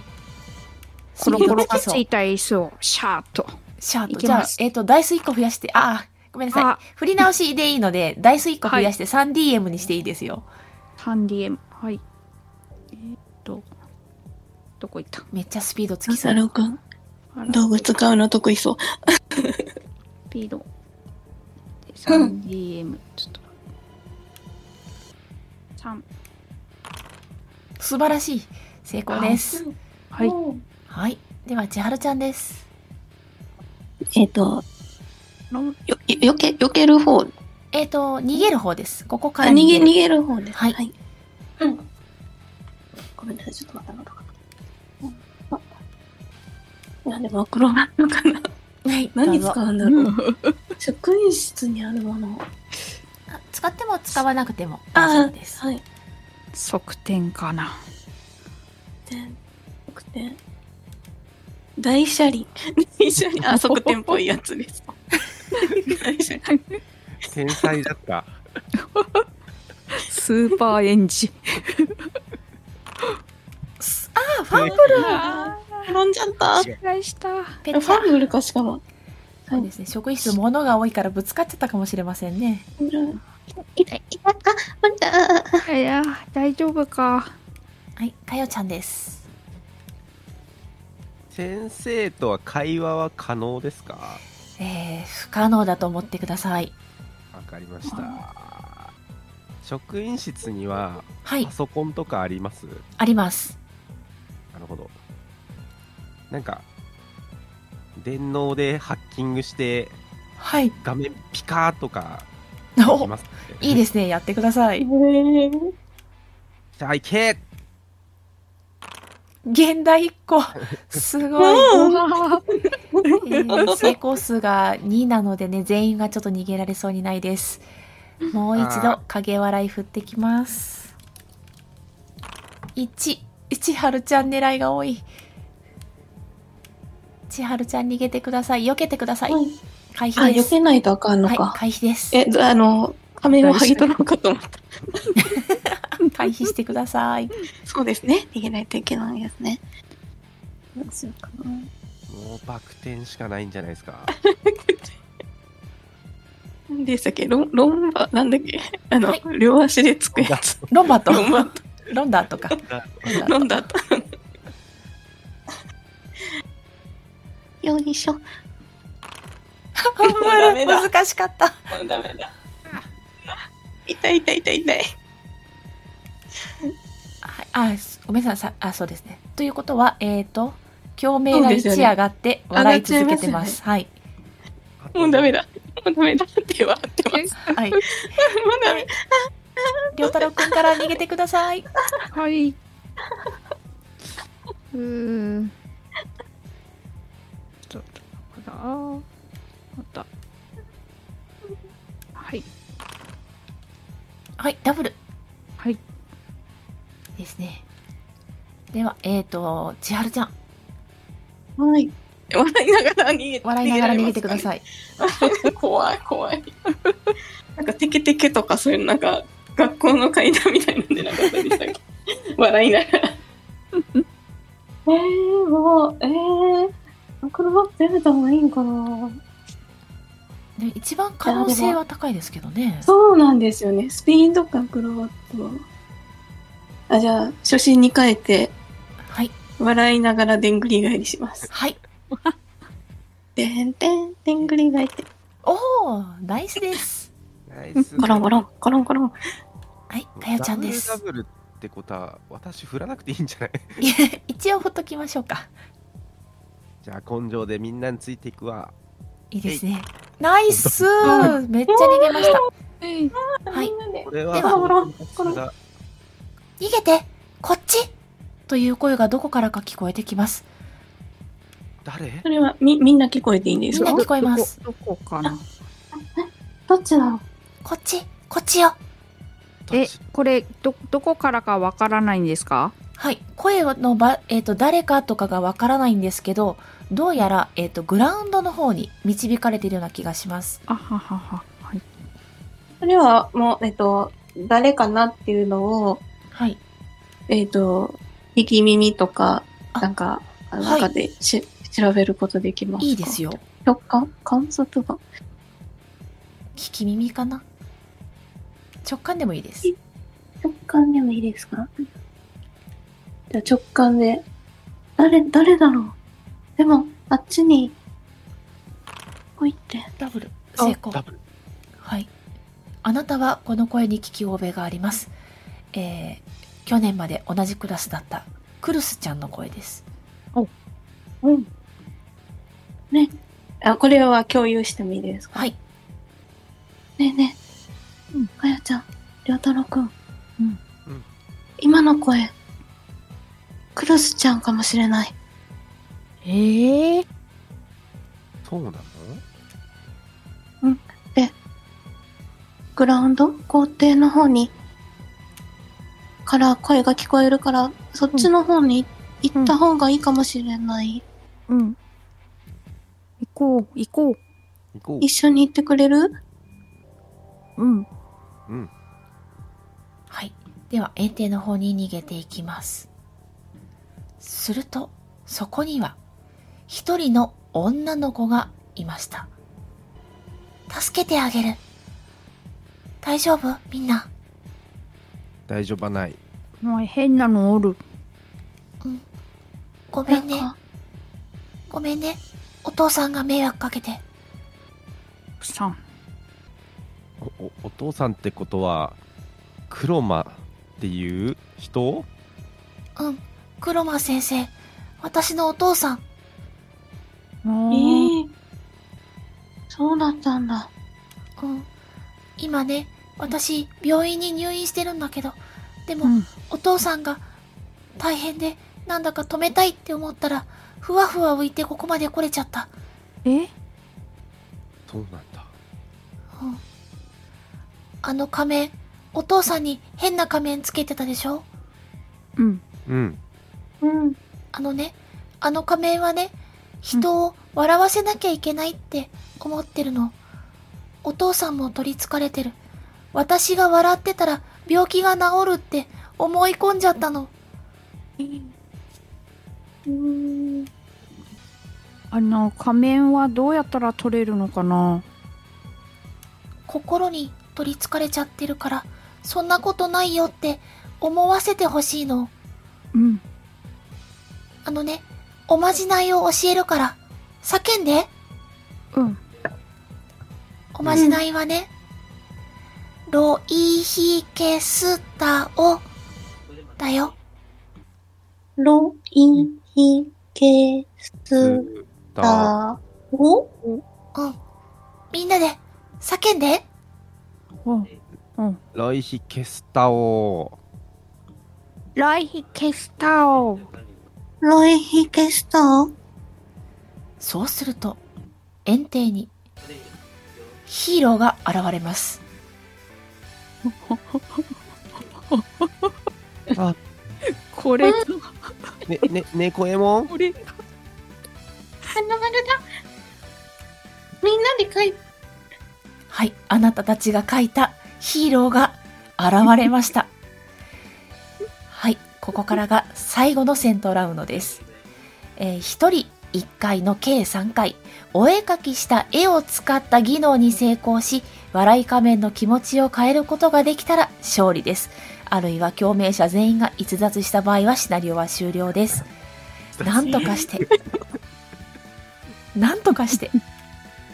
Speaker 4: コロコロがつ
Speaker 1: そう
Speaker 4: いた椅子をシャーッと。
Speaker 1: シャー
Speaker 4: い
Speaker 1: プ。
Speaker 4: き
Speaker 1: じゃ
Speaker 4: ま
Speaker 1: あ
Speaker 4: す、
Speaker 1: えっ、と、ダイス1個増やして、ああ、ごめんなさ
Speaker 4: あ
Speaker 1: い。振り直しでいいので、ダイス1個増やして 3DM にしていいですよ。
Speaker 4: ハンディエム。はい。えーっと、どこ行った
Speaker 1: めっちゃスピードつ
Speaker 2: マ
Speaker 1: きそ
Speaker 2: サ
Speaker 1: う。
Speaker 2: ロくん、
Speaker 4: あら
Speaker 2: 道具使うの得意そう。
Speaker 4: スピード。3DM。ちょっと。3。
Speaker 1: 素晴らしい。成功です。
Speaker 4: はい。
Speaker 1: はい。では、千春ちゃんです。
Speaker 7: えっと、
Speaker 4: の
Speaker 2: よ、よけ、よける方。
Speaker 1: えっ、と、逃げる方です。ここ
Speaker 2: あ
Speaker 1: から
Speaker 2: 逃
Speaker 1: 逃げ
Speaker 2: げ、逃
Speaker 1: る。
Speaker 2: げる方です。
Speaker 1: はい
Speaker 2: うん。
Speaker 7: ごめんなさい、ちょっと待ったか
Speaker 2: いや、でもアクロバットか [laughs] な。
Speaker 1: はい。
Speaker 2: 何
Speaker 1: どう
Speaker 2: 使
Speaker 1: ぞ
Speaker 2: うんだろ [laughs] う。職員室にあるもの。
Speaker 1: あ使っても使わなくても大丈夫です。
Speaker 2: はい。
Speaker 4: 側転か [laughs] な。
Speaker 2: で、側転。大車輪。 [laughs] 大車輪。あ、側転っぽいやつ [laughs] です。大車輪。
Speaker 3: 天才だった。
Speaker 4: スーパーエンジ。
Speaker 1: すあー、ファンブ
Speaker 2: あー転んじゃ [laughs] った。
Speaker 3: 違う
Speaker 4: 失礼した。
Speaker 1: ペ
Speaker 2: フ
Speaker 1: チャ
Speaker 2: ァ。ンブルかし [laughs] かも。
Speaker 1: そうですね。職員室物が多いからぶつかっちゃったかもしれませんね。
Speaker 7: 痛い、痛い、あ、待って、あ、あ
Speaker 4: いや、大丈夫か。
Speaker 1: はい、かよちゃんです。
Speaker 3: 先生とは会話は可能ですか
Speaker 1: えー、不可能だと思ってください。
Speaker 3: わかりました。職員室には
Speaker 1: はい
Speaker 3: パ、ソコンとかあります
Speaker 1: あります。
Speaker 3: なるほど。なんか、電脳でハッキングして
Speaker 1: はい。
Speaker 3: 画面ピカーとかでき
Speaker 1: お
Speaker 3: ますね、
Speaker 1: いいですね。やってください。
Speaker 2: へえ。
Speaker 3: じゃあ行け
Speaker 1: 現代1個。す
Speaker 2: [laughs]
Speaker 1: ごい。えー成功数が2なのでね、全員がちょっと逃げられそうにないです。もう一度
Speaker 3: あ、
Speaker 1: 影笑い振ってきます。1、千春ちゃん狙いが多い。千春ちゃん逃げてください。避けてください。
Speaker 2: はい
Speaker 1: 回
Speaker 2: あ、
Speaker 1: 避で
Speaker 2: 避
Speaker 1: す。
Speaker 2: けないとあかんの
Speaker 1: はい、
Speaker 2: か。
Speaker 1: 回避です。
Speaker 2: え、あの、仮面を剥ぎ取ろうかと思った。
Speaker 1: 回避してください。
Speaker 2: そうですね。逃げないといけないですね。
Speaker 7: どうしようかな。
Speaker 3: もうバク転しかないんじゃないですか。
Speaker 2: 何でしたっけロン、ロンバ、なんだっ [laughs] けあの、
Speaker 1: はい
Speaker 2: 両足でつくやつ。
Speaker 1: ロンバット。
Speaker 2: ロンバ、
Speaker 1: ロンダーとか。
Speaker 2: [laughs] ロンだった。
Speaker 7: よいしょ。
Speaker 2: ダメだ
Speaker 1: 難しかった。
Speaker 2: ダメだ。痛い痛い痛い痛い。
Speaker 1: はい、あ、すごめんなさい。さあ、そうですね。ということは、えっ、と、共鳴が一
Speaker 2: そうですよね
Speaker 1: 上がって笑い続けてます。はい。
Speaker 2: もうダメ
Speaker 3: だ。
Speaker 2: だ。もうダメだ。手は合ってます。
Speaker 1: はい。
Speaker 2: もうダメ。
Speaker 1: りょうたろうくんから逃げてください。
Speaker 4: はい。うーん。ちょっと、こら、また。はい。
Speaker 1: はい、ダブル。
Speaker 4: はい。
Speaker 1: ですね。では、えっ、と、千春ちゃん、
Speaker 2: はい。笑いながら逃げて
Speaker 1: 笑いながら逃げてください。
Speaker 2: い。 [laughs] 怖い怖い。なんかテケテケとかそういうなんか学校の階段みたいなんでなかったでしたっけ [laughs] 笑いながら。
Speaker 5: [laughs]
Speaker 2: えー、もう、えー、アクロバットやめた方がいいんかな
Speaker 1: で一番可能性は高いですけどね。
Speaker 2: そうなんですよね。スピードかアクロバットは。あ、じゃあ、初心に変えて、
Speaker 1: はい。
Speaker 2: 笑いながらでんぐり返りします。
Speaker 1: はい。
Speaker 2: でんてん、でんぐり返って。
Speaker 1: おー、ナイスです。
Speaker 3: ナイス。
Speaker 2: コロンコロン、コロンコロン。
Speaker 1: はい、かよちゃんです
Speaker 3: ダ。ブルダブルってことは私振らなくていいんじゃない [laughs]
Speaker 1: [laughs] 一応ほっときましょうか。
Speaker 3: じゃあ根性でみんなについていくわ
Speaker 1: いいですね。ナイスめっちゃ逃げました。はい。
Speaker 5: みんなで
Speaker 3: これ
Speaker 1: で
Speaker 3: は
Speaker 1: は
Speaker 3: このこの
Speaker 1: 逃げてこっちという声がどこからか聞こえてきます。
Speaker 3: 誰
Speaker 5: それはみみんな聞こえていいんで
Speaker 1: み
Speaker 5: す
Speaker 1: んな
Speaker 5: か
Speaker 1: 聞こえます。
Speaker 4: どこどこかな
Speaker 5: どっちだろう
Speaker 1: こっちこっちよ
Speaker 4: え
Speaker 3: どっち、
Speaker 4: これ、ど、どこからかわからないんですか
Speaker 1: はい。声のば、えっ、と、誰かとかがわからないんですけど、どうやら、えっ、と、グラウンドの方に導かれているような気がします。
Speaker 4: あははは。はい。
Speaker 5: それはもう、えっと、誰かなっていうのを、
Speaker 1: はい。
Speaker 5: えっと、聞き耳とか、
Speaker 1: あ
Speaker 5: なんか、あの
Speaker 1: はい
Speaker 5: 中でし、調べることできますか
Speaker 1: いいです。よ。
Speaker 5: 直感観察眼
Speaker 1: 聞き耳かな直感でもいいです。
Speaker 5: 直感でもいいですかじゃあ直感で。誰、誰だろうでも、あっちに、こいって。
Speaker 1: ダブル。成功
Speaker 3: ダ。ブル
Speaker 1: はい。あなたはこの声に聞き覚えがあります。えー、去年まで同じクラスだったクルスちゃんの声です。
Speaker 5: うん。ね。あ、これは共有してもいいですか
Speaker 1: はい。
Speaker 5: ねえねえ。
Speaker 4: うん
Speaker 5: かやちゃん、りょうたろうくん。
Speaker 4: うん
Speaker 3: うん
Speaker 5: 今の声、クルスちゃんかもしれない。
Speaker 4: ええ
Speaker 3: そうなの
Speaker 5: グラウンド校庭の方に、から声が聞こえるから、そっちの方に行った方がいいかもしれない。
Speaker 4: うん。行こう、行こ
Speaker 3: 行こ
Speaker 5: 一緒に行ってくれる
Speaker 4: う。うん。
Speaker 3: ううん
Speaker 1: はい。では、園庭の方に逃げていきます。すると、そこには、一人の女の子がいました。助けてあげる。大丈夫みんな。
Speaker 3: 大丈夫はない
Speaker 4: もう変なのおる。
Speaker 1: ごめ
Speaker 5: なん
Speaker 1: ね。
Speaker 5: か、
Speaker 1: ごめんね。お父さんが迷惑かけて。
Speaker 4: さん。
Speaker 3: おおお父さんってことはクロマっていう人
Speaker 1: うん。黒間先生。私のお父さん。
Speaker 5: え
Speaker 4: え
Speaker 5: ー、そうだったんだ。
Speaker 1: うん。今ね、私、病院に入院してるんだけど、でも、
Speaker 4: うん。
Speaker 1: お父さんが大変でなんだか止めたいって思ったらふわふわ浮いてここまで来れちゃった、
Speaker 4: え
Speaker 3: そうなんだ
Speaker 1: うんあの仮面お父さんに変な仮面つけてたでしょ
Speaker 4: うん。
Speaker 3: うん
Speaker 5: うん。
Speaker 1: あのねあの仮面はね人を笑わせなきゃいけないって思ってるのお父さんも取りつかれてる私が笑ってたら病気が治るって思い込んじゃったの
Speaker 5: うん。
Speaker 4: あの、仮面はどうやったら取れるのかな
Speaker 1: 心に取りつかれちゃってるからそんなことないよって思わせてほしいの
Speaker 4: うん。
Speaker 1: あのねおまじないを教えるから叫んで
Speaker 4: うん。
Speaker 1: おまじないはね、ロイヒケスタオだよ
Speaker 2: ロイヒケス
Speaker 3: だ
Speaker 2: タオ
Speaker 1: うんみんなで叫んで
Speaker 4: お
Speaker 3: ロイヒケスタオ
Speaker 4: ライヒ消したお。
Speaker 2: ロイヒケスタオ
Speaker 1: そうすると園庭にヒーローが現れます
Speaker 4: これ、
Speaker 3: ねね猫えもん
Speaker 4: これ、
Speaker 2: 花丸だみんなで書いて
Speaker 1: はい、あなたたちが書いたヒーローが現れました。はい、ここからが最後の戦闘ラウンドです。えー一人一回の計3回、お絵描きした絵を使った技能に成功し、笑い仮面の気持ちを変えることができたら勝利です。あるいは共鳴者全員が逸脱した場合はシナリオは終了です。なんとかして、なんとかして、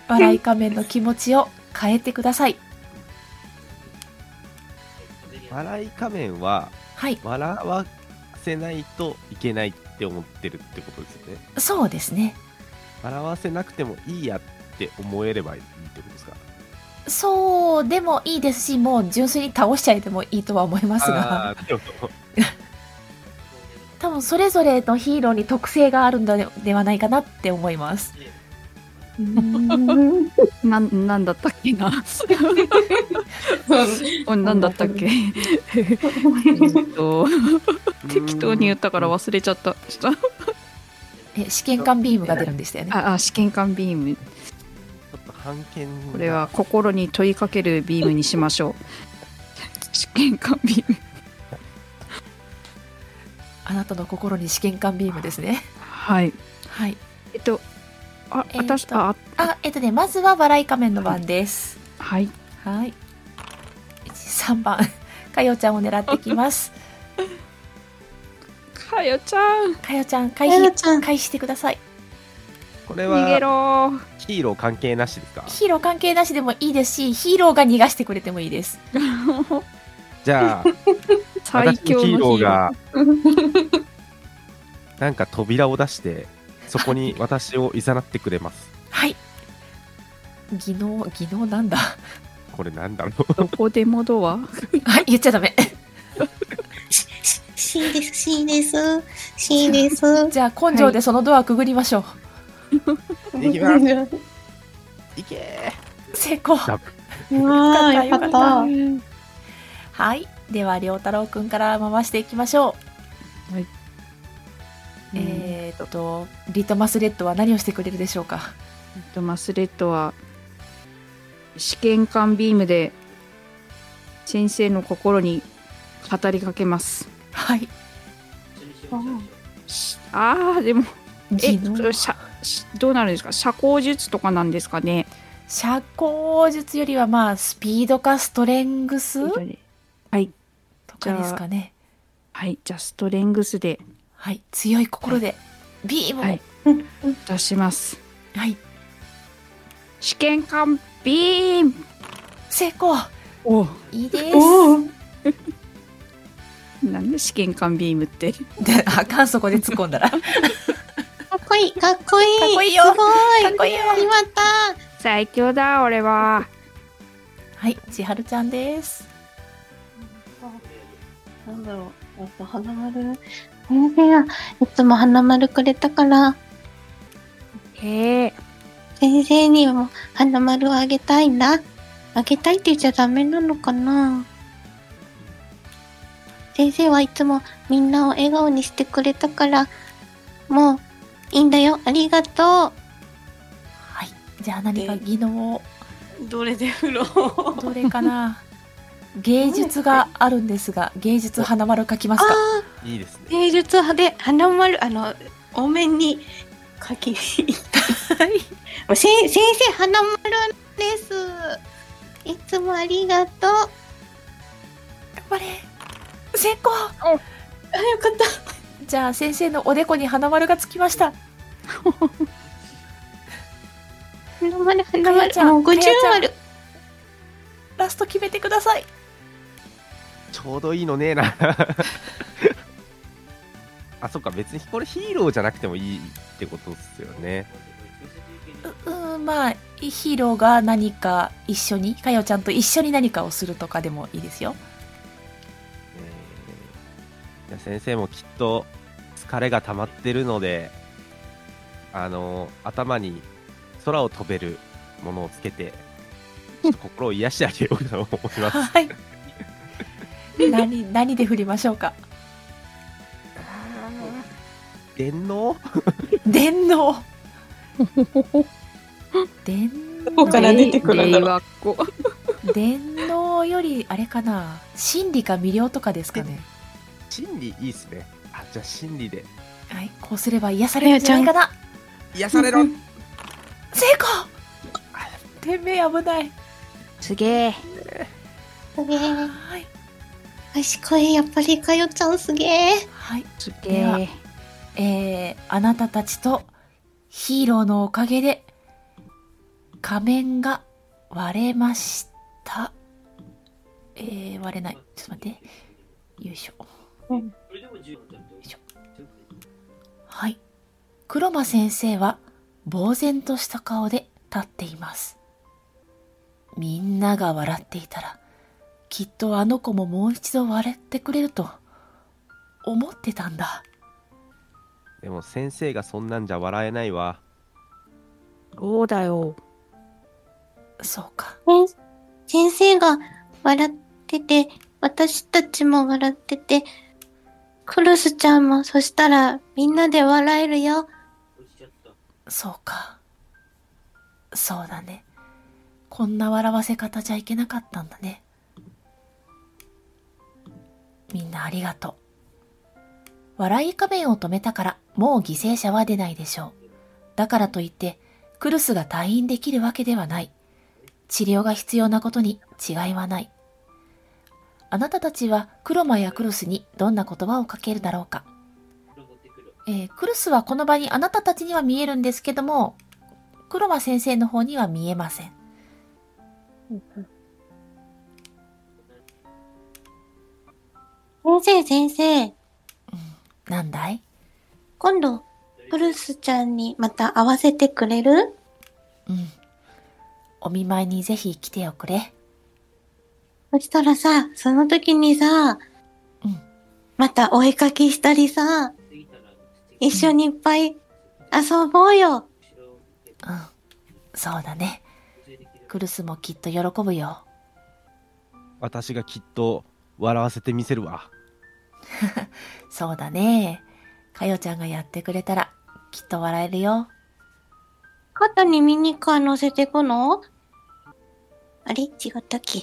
Speaker 1: 笑い仮面の気持ちを変えてください。
Speaker 3: 笑い仮面は
Speaker 1: はい、
Speaker 3: 笑わせないといけないって思ってるってことですよね。
Speaker 1: そうですね。
Speaker 3: 笑わせなくてもいいやって思えればいいってことですか。
Speaker 1: そうでもいいですし、もう純粋に倒しちゃえてもいいとは思いますが、
Speaker 3: あー、でも
Speaker 1: 多分それぞれのヒーローに特性があるのではないかなって思います。
Speaker 5: うん
Speaker 4: なん、なんだったっけ [laughs] な。おなんだったっけ。えっと、適当に言ったから忘れちゃった。ちょっ
Speaker 1: え試験管ビームが出るんでしたよ
Speaker 4: と
Speaker 1: ね。
Speaker 4: あ、あ、試験管ビーム。
Speaker 3: ちょっと判見が
Speaker 4: これは心に問いかけるビームにしましょう。試験管ビーム。
Speaker 1: あなたの心に試験管ビームですね。
Speaker 4: はい。
Speaker 1: はい。
Speaker 4: えっと、あ、
Speaker 1: えっと
Speaker 4: 私、あ、
Speaker 1: あ、えっとね、まずは笑い仮面の番です。
Speaker 4: はい。
Speaker 1: はい。3番、かよちゃんを狙ってきます。
Speaker 4: かよちゃん、
Speaker 1: かよちゃん、
Speaker 5: あ
Speaker 1: 回
Speaker 5: や
Speaker 1: 避、
Speaker 5: ちゃん、
Speaker 1: 回避してください。
Speaker 3: これ
Speaker 4: 逃げ
Speaker 3: は
Speaker 4: ろ。
Speaker 3: ヒーロー関係なしですか。
Speaker 1: ヒーロー関係なしでもいいですし、ヒーローが逃がしてくれてもいいです。
Speaker 3: じゃあ
Speaker 4: 最
Speaker 3: 私の
Speaker 4: 強の
Speaker 3: ヒ
Speaker 4: ヒ
Speaker 3: ーロ
Speaker 4: ーロ
Speaker 3: ー
Speaker 4: ーが。
Speaker 3: がなんか扉を出してそこに私を誘ってくれます。
Speaker 1: はい。技能、技能なんだ。
Speaker 3: これなんだろ
Speaker 4: [laughs] どこでもドア。
Speaker 1: あ、言っちゃダメ。
Speaker 2: しし C です、C です、C です。
Speaker 1: じゃあ根性でそのドアくぐりましょう。
Speaker 3: う。いきます。
Speaker 2: いけ
Speaker 1: 成功。
Speaker 3: だ
Speaker 5: うわあ、よ
Speaker 1: よ
Speaker 5: か
Speaker 1: か
Speaker 5: っ
Speaker 1: ったた。
Speaker 5: うん
Speaker 1: はい。では、りょうたろうくんから回していきましょう。
Speaker 4: はい
Speaker 1: えーっと、リトマスレッドは何をしてくれるでしょうか。
Speaker 4: えっと、マスレッドは試験管ビームで先生の心に語りかけます。
Speaker 1: はい。
Speaker 4: しあーでもえ
Speaker 1: 技
Speaker 4: そ
Speaker 1: 能
Speaker 4: れ。しゃしどうなるんですか社交術とかなんですかね
Speaker 1: 社交術よりは、まあ、スピードかストレングスとかですかね。
Speaker 4: はいじゃあストレングスで
Speaker 1: はい。強い心で、ビームを。
Speaker 4: は
Speaker 1: はいい。
Speaker 4: 出します試験管ビーム
Speaker 1: 成功。
Speaker 4: お
Speaker 1: いいです。
Speaker 5: おー
Speaker 4: [laughs] なんで試験管ビームって
Speaker 1: で、あかん、そこで突っ込んだら。かっ
Speaker 2: かっこいい、かっこいい。
Speaker 1: かっこいいよ
Speaker 2: すごい。
Speaker 1: こいいよ。
Speaker 2: 決まった。
Speaker 4: 最強だ俺は
Speaker 1: はい。千春ちゃんです。
Speaker 5: なんだろう。やっぱ花丸。先生が
Speaker 2: いつも花丸くれたから、
Speaker 4: へえ
Speaker 2: 先生にも花丸をあげたいんだ。あげたいって言っちゃダメなのかな先生はいつもみんなを笑顔にしてくれたから、もういいんだよ。ありがとう。
Speaker 1: はい。じゃあ何か技能を、
Speaker 5: どれで振
Speaker 2: [laughs]
Speaker 5: ろう。
Speaker 1: どれかな芸術があるんですが、芸術花丸書きますか
Speaker 2: あ
Speaker 3: う。いいですね。
Speaker 5: 芸術派で花丸、あの、多めに書きに行
Speaker 2: あ、せん先生花丸です。いつもありがとう。
Speaker 1: 頑張れ成功
Speaker 5: あ、よかった。
Speaker 1: じゃあ先生のおでこに花丸がつきました。
Speaker 2: 花丸、花
Speaker 1: かやち
Speaker 2: 丸、
Speaker 1: ゃん
Speaker 2: もう50
Speaker 1: かやちゃん
Speaker 2: 丸。
Speaker 1: ラスト決めてください。
Speaker 3: ちょうどいいのねえな。 [laughs] あそっか別にこれヒーローじゃなくてもいいってことですよね。
Speaker 1: ううーん、まあ、ヒーローが何か一緒に、かよちゃんと一緒に何かをするとかでもいいですよ。
Speaker 3: えー先生もきっと疲れが溜まってるのであの頭に空を飛べるものをつけてちょっと心を癒してあげようと思
Speaker 1: [laughs]
Speaker 3: います
Speaker 1: はい。何、何で振りましょうか
Speaker 3: 電脳
Speaker 1: 電脳。電脳。
Speaker 5: ここから出てくるんだろう
Speaker 4: 令和っ子
Speaker 1: 電脳よりあれかな心理か魅了とかですかね
Speaker 3: 心理いいっすねあじゃあ心理で
Speaker 1: はいこうすれば癒されるんじゃないかな
Speaker 3: 癒されろ
Speaker 1: 成功天命危ない
Speaker 4: すげえ
Speaker 2: すげえ。
Speaker 1: はい、
Speaker 2: 賢い。やっぱりかよちゃんすげえ。
Speaker 1: はい、
Speaker 4: すげえ
Speaker 1: えー、あなたたちとヒーローのおかげで仮面が割れましたえー、割れないちょっと待ってよいしょはい。黒間先生は、呆然とした顔で立っています。みんなが笑っていたら、きっとあの子ももう一度笑ってくれると、思ってたんだ。
Speaker 3: でも先生がそんなんじゃ笑えないわ。
Speaker 4: そうだよ。
Speaker 1: そうか。
Speaker 2: 先生が笑ってて、私たちも笑ってて、クルスちゃんもそしたらみんなで笑えるよ。
Speaker 1: そうか。そうだね。こんな笑わせ方じゃいけなかったんだね。みんなありがとう。笑い仮面を止めたから、もう犠牲者は出ないでしょう。だからといって、クルスが退院できるわけではない。治療が必要なことに違いはない。あなたたちはクロマやクルスにどんな言葉をかけるだろうか。えークルスはこの場にあなたたちには見えるんですけども、黒間先生の方には見えません。
Speaker 2: 先生、先生、
Speaker 1: なんだい
Speaker 2: 今度、クルスちゃんにまた会わせてくれる
Speaker 1: うん。お見舞いにぜひ来ておくれ。
Speaker 2: そしたらさ、その時にさ、
Speaker 1: うん
Speaker 2: またお絵かきしたりさ、一緒にいっぱい遊ぼうよ。
Speaker 1: うん。そうだね。クルスもきっと喜ぶよ。
Speaker 3: 私がきっと笑わせてみせるわ。
Speaker 1: そうだね。かよちゃんがやってくれたら、きっと笑えるよ。
Speaker 2: 肩にミニカー乗せてくのあれ違ったっけ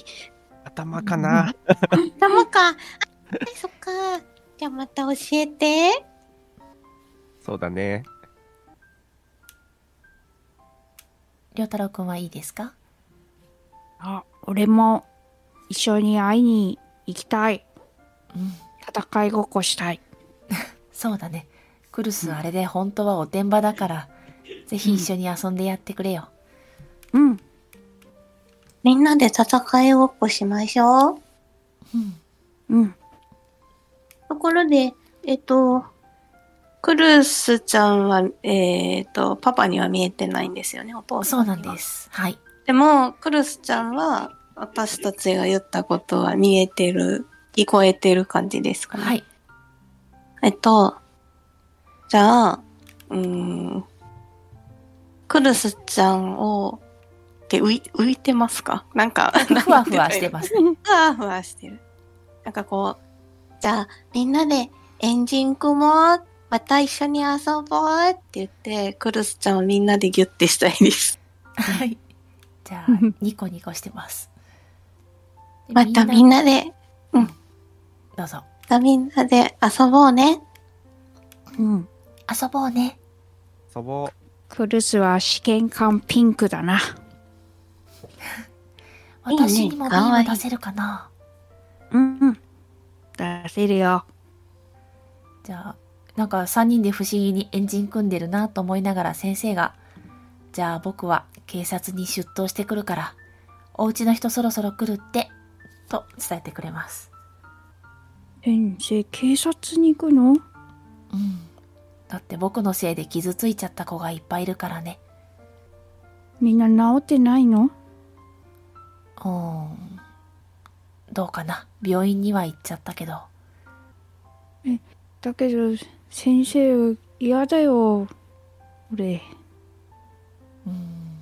Speaker 3: 頭かな、
Speaker 2: 頭か。あ、そっか。じゃあまた教えて。
Speaker 3: そうだね。
Speaker 1: りょうたろうくんはいいですか
Speaker 4: あ、俺も一緒に会いに行きたい。
Speaker 1: うん。
Speaker 4: 戦いごっこしたい。
Speaker 1: そうだね。クルスあれで本当はおてんばだから、ぜひ一緒に遊んでやってくれよ。
Speaker 4: うん。
Speaker 2: みんなで戦いごっこしましょう。
Speaker 1: うん。
Speaker 4: うん。
Speaker 2: ところで、えっと、
Speaker 5: クルスちゃんは、えっ、と、パパには見えてないんですよね、お父
Speaker 1: そ
Speaker 5: さ
Speaker 1: うん
Speaker 5: に
Speaker 1: な
Speaker 5: は。
Speaker 1: んです。はい。
Speaker 5: でも、クルスちゃんは、私たちが言ったことは見えてる、聞こえてる感じですかね。
Speaker 1: はい。
Speaker 5: えっと、じゃあ、うーん、クルスちゃんを、って浮い浮いてますかなんか、
Speaker 1: [laughs] ふわふわして
Speaker 5: す。
Speaker 1: ます。
Speaker 5: [laughs] ふわふわしてる。なんかこう、
Speaker 2: じゃあみんなでエンジン組もう。また一緒に遊ぼうって言っ
Speaker 5: で、クルスちゃんをみんなでギュッてしたいです。
Speaker 1: はい。じゃあ、ニコニコしてます。
Speaker 2: て、またみん
Speaker 1: な。
Speaker 2: なで、
Speaker 1: どうぞ。
Speaker 2: またみんなで遊ぼうね。
Speaker 4: うん。
Speaker 1: 遊ぼうね。
Speaker 3: そぼ
Speaker 4: クルスは試験官ピンクだな。
Speaker 2: いいね
Speaker 1: 私にもビ
Speaker 2: かわい
Speaker 1: ー
Speaker 2: い
Speaker 1: ム出せるかな
Speaker 4: うんうん。出せるよ。
Speaker 1: じゃあ、なんか3人で不思議にエンジン組んでるなと思いながら先生が、じゃあ僕は警察に出頭してくるから、お家の人そろそろ来るって、と伝えてくれます。
Speaker 4: 先生、警察に行くの
Speaker 1: うん。だって僕のせいで傷ついちゃった子がいっぱいいるからね。
Speaker 4: みんな治ってないの
Speaker 1: うーん。どうかな病院には行っちゃったけど。
Speaker 4: だけど、先生、嫌だよ。俺。
Speaker 1: うん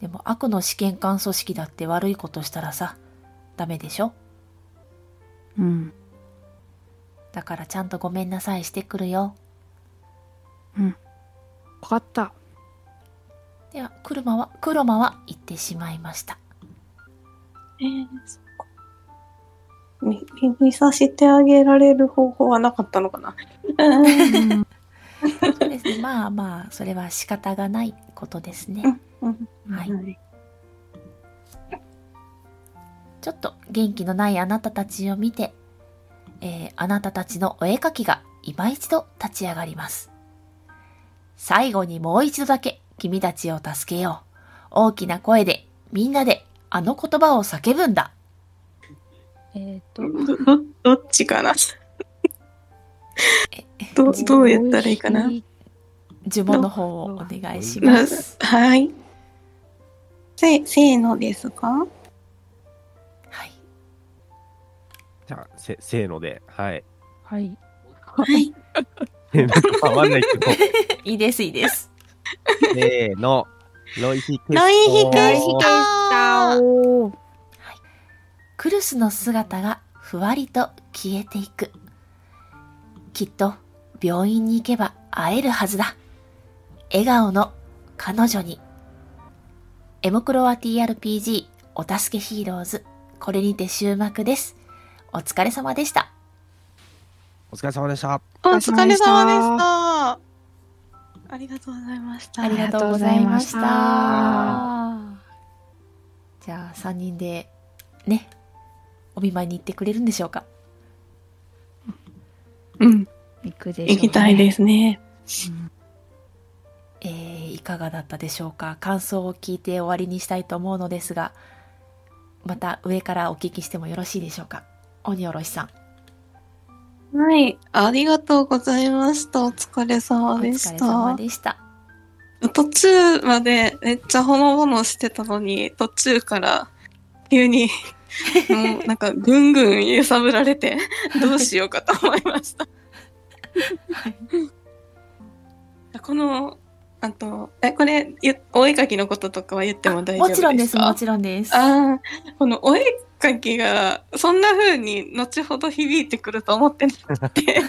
Speaker 1: でも悪の試験官組織だって悪いことしたらさ、ダメでしょ
Speaker 4: うん。
Speaker 1: だからちゃんとごめんなさいしてくるよ。
Speaker 4: わかった。
Speaker 1: では、車は、黒間は行ってしまいました。
Speaker 5: えそっか。み、指さしてあげられる方法はなかったのかな
Speaker 4: うん、
Speaker 1: そうですね。まあまあ、それは仕方がないことですね。
Speaker 5: うん
Speaker 1: はい。ちょっと元気のないあなたたちを見て、えーあなたたちのお絵かきが今一度立ち上がります。最後にもう一度だけ君たちを助けよう。大きな声でみんなであの言葉を叫ぶんだ。
Speaker 4: [laughs] えっと、
Speaker 5: ど、どどっちかな
Speaker 2: どうどうやったらいいかな
Speaker 4: 美味し
Speaker 1: 呪文の方をお願いします。
Speaker 2: はい。せ、せーのですか
Speaker 1: はい。 [laughs]
Speaker 3: じゃあ、せ、せーので、はい。
Speaker 4: はい。
Speaker 2: はい。
Speaker 3: なんか変わんないけど、
Speaker 1: いいです、いいです。
Speaker 3: せーの。ロイヒク
Speaker 8: ロイヒク
Speaker 4: 大
Speaker 8: 大
Speaker 4: 好
Speaker 8: 好き
Speaker 4: きで
Speaker 8: で
Speaker 4: し
Speaker 8: したた
Speaker 1: クルスの姿がふわりと消えていく。きっと病院に行けば会えるはずだ。笑顔の彼女に。エモクロは TRPG お助けヒーローズ。これにて終幕です。お疲れ様でした。
Speaker 3: お疲れ様でした。
Speaker 2: お
Speaker 4: お
Speaker 2: 疲
Speaker 4: 疲れ様で
Speaker 2: れ
Speaker 4: した
Speaker 2: 様でした。ありがとうございました。
Speaker 1: ありがとうございました。
Speaker 4: あ
Speaker 1: じゃあ3人でね、お見舞いに行ってくれるんでしょうか。
Speaker 2: うん。
Speaker 4: 行くでしょうね
Speaker 2: 行きたいですね。
Speaker 1: えーいかがだったでしょうか感想を聞いて終わりにしたいと思うのですがまた上からお聞きしてもよろしいでしょうか鬼おろしさん
Speaker 2: はい。ありがとうございました。お疲れ
Speaker 1: お
Speaker 2: 様で
Speaker 1: 疲
Speaker 2: し
Speaker 1: れ様
Speaker 2: た。
Speaker 1: でした
Speaker 2: 途中までめっちゃほのぼのしてたのに、途中から
Speaker 1: [laughs]
Speaker 2: 急に、もうなんかぐんぐん揺さぶられて、どうしようかと思いました。この、あと、え、これ、ゆお絵描きのこととかは言っても大丈
Speaker 1: も
Speaker 2: 夫ですか
Speaker 1: ちろんですもちろんです
Speaker 2: ああ、このお絵描きが、そんな風に後ほど響いてくると思ってな
Speaker 1: [laughs]
Speaker 2: くて。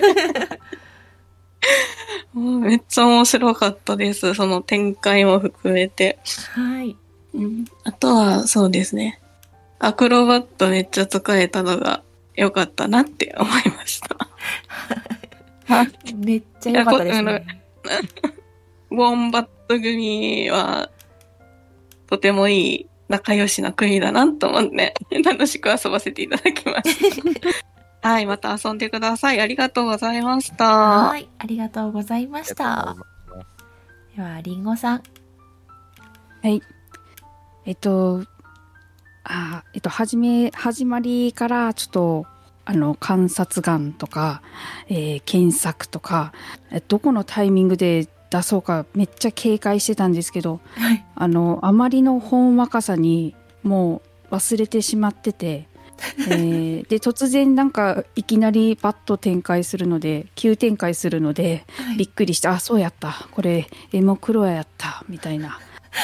Speaker 2: [laughs] もうめっちゃ面白かったです。その展開も含めて。
Speaker 1: はい
Speaker 2: あとは、そうですね。アクロバットめっちゃ使えたのが良かったなって思いました。
Speaker 1: めっちゃ良かったです
Speaker 2: いや
Speaker 1: ね
Speaker 2: ウォンバット組は、とてもいい仲良しな組だなと思って、楽しく遊ばせていただきま [laughs] した。はい、また遊んでください。ありがとうございました。
Speaker 1: はいありがとうございまし
Speaker 3: ありが
Speaker 1: た
Speaker 3: とうございます
Speaker 1: ではりんごさん
Speaker 4: えっと、あえっと、始め、始まりから、ちょっと、あの、観察眼とか、えー検索とか、えどこのタイミングで出そうか、めっちゃ警戒してたんですけど、
Speaker 1: はい
Speaker 4: あの、あまりのほんわかさに、もう忘れてしまってて、えーで、突然なんか、いきなりバッと展開するので、急展開するので、びっくりして、あ、そうやった。これ、エモクロアやった。みたいな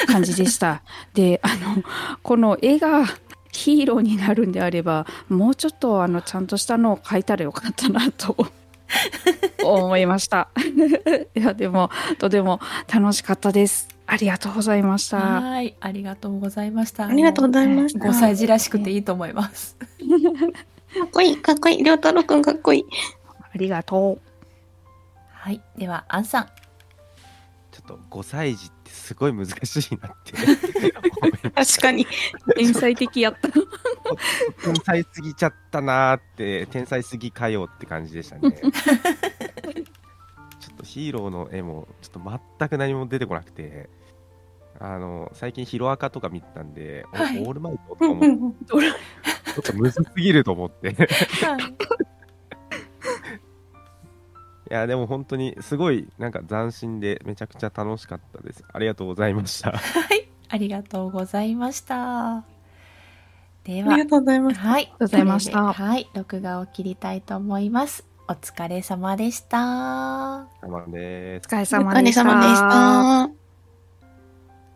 Speaker 4: 感じでした。 [laughs] で、あの、この絵が、ヒーローになるんであればもうちょっとあのちゃんとしたのを描いたらよかったなと思いました。 [laughs] いやでもとても楽しかったです。ありがとうございました。
Speaker 1: はいありがとうございました
Speaker 2: ありがとうございました。
Speaker 1: 5歳児らしくていいと思います
Speaker 2: かっこいい、かっこいい。りょうたろうくんかっこいい。
Speaker 4: ありがと [laughs]
Speaker 1: はいではあんさん
Speaker 3: ちょっと5歳児ってすごい難しいなって。
Speaker 2: 確かに。
Speaker 4: う。天才的やった。
Speaker 3: 天才すぎちゃったなーって、天才すぎかよって感じでしたね。ちょっとヒーローの絵も、ちょっと全く何も出てこなくて、あの、最近ヒロアカとか見てたんで、お
Speaker 1: はい
Speaker 3: オールマイトと
Speaker 2: う
Speaker 3: か
Speaker 2: ん
Speaker 3: も、
Speaker 2: う
Speaker 3: ちょ
Speaker 2: ん
Speaker 3: っとむずすぎると思って。いや、でも本当にすごい、なんか斬新で、めちゃくちゃ楽しかったです。ありがとうございました。
Speaker 1: ありがとうございましたで
Speaker 2: うん。あ
Speaker 1: は
Speaker 2: りがとうございます。
Speaker 1: はい。ありが
Speaker 4: とうございました
Speaker 1: はい。録画を切りたいと思います。お疲れ様でした。
Speaker 3: [laughs] たまんです
Speaker 4: お。疲れ
Speaker 2: お
Speaker 4: 様
Speaker 2: 疲
Speaker 4: で
Speaker 2: れ
Speaker 4: した。
Speaker 2: 様でした。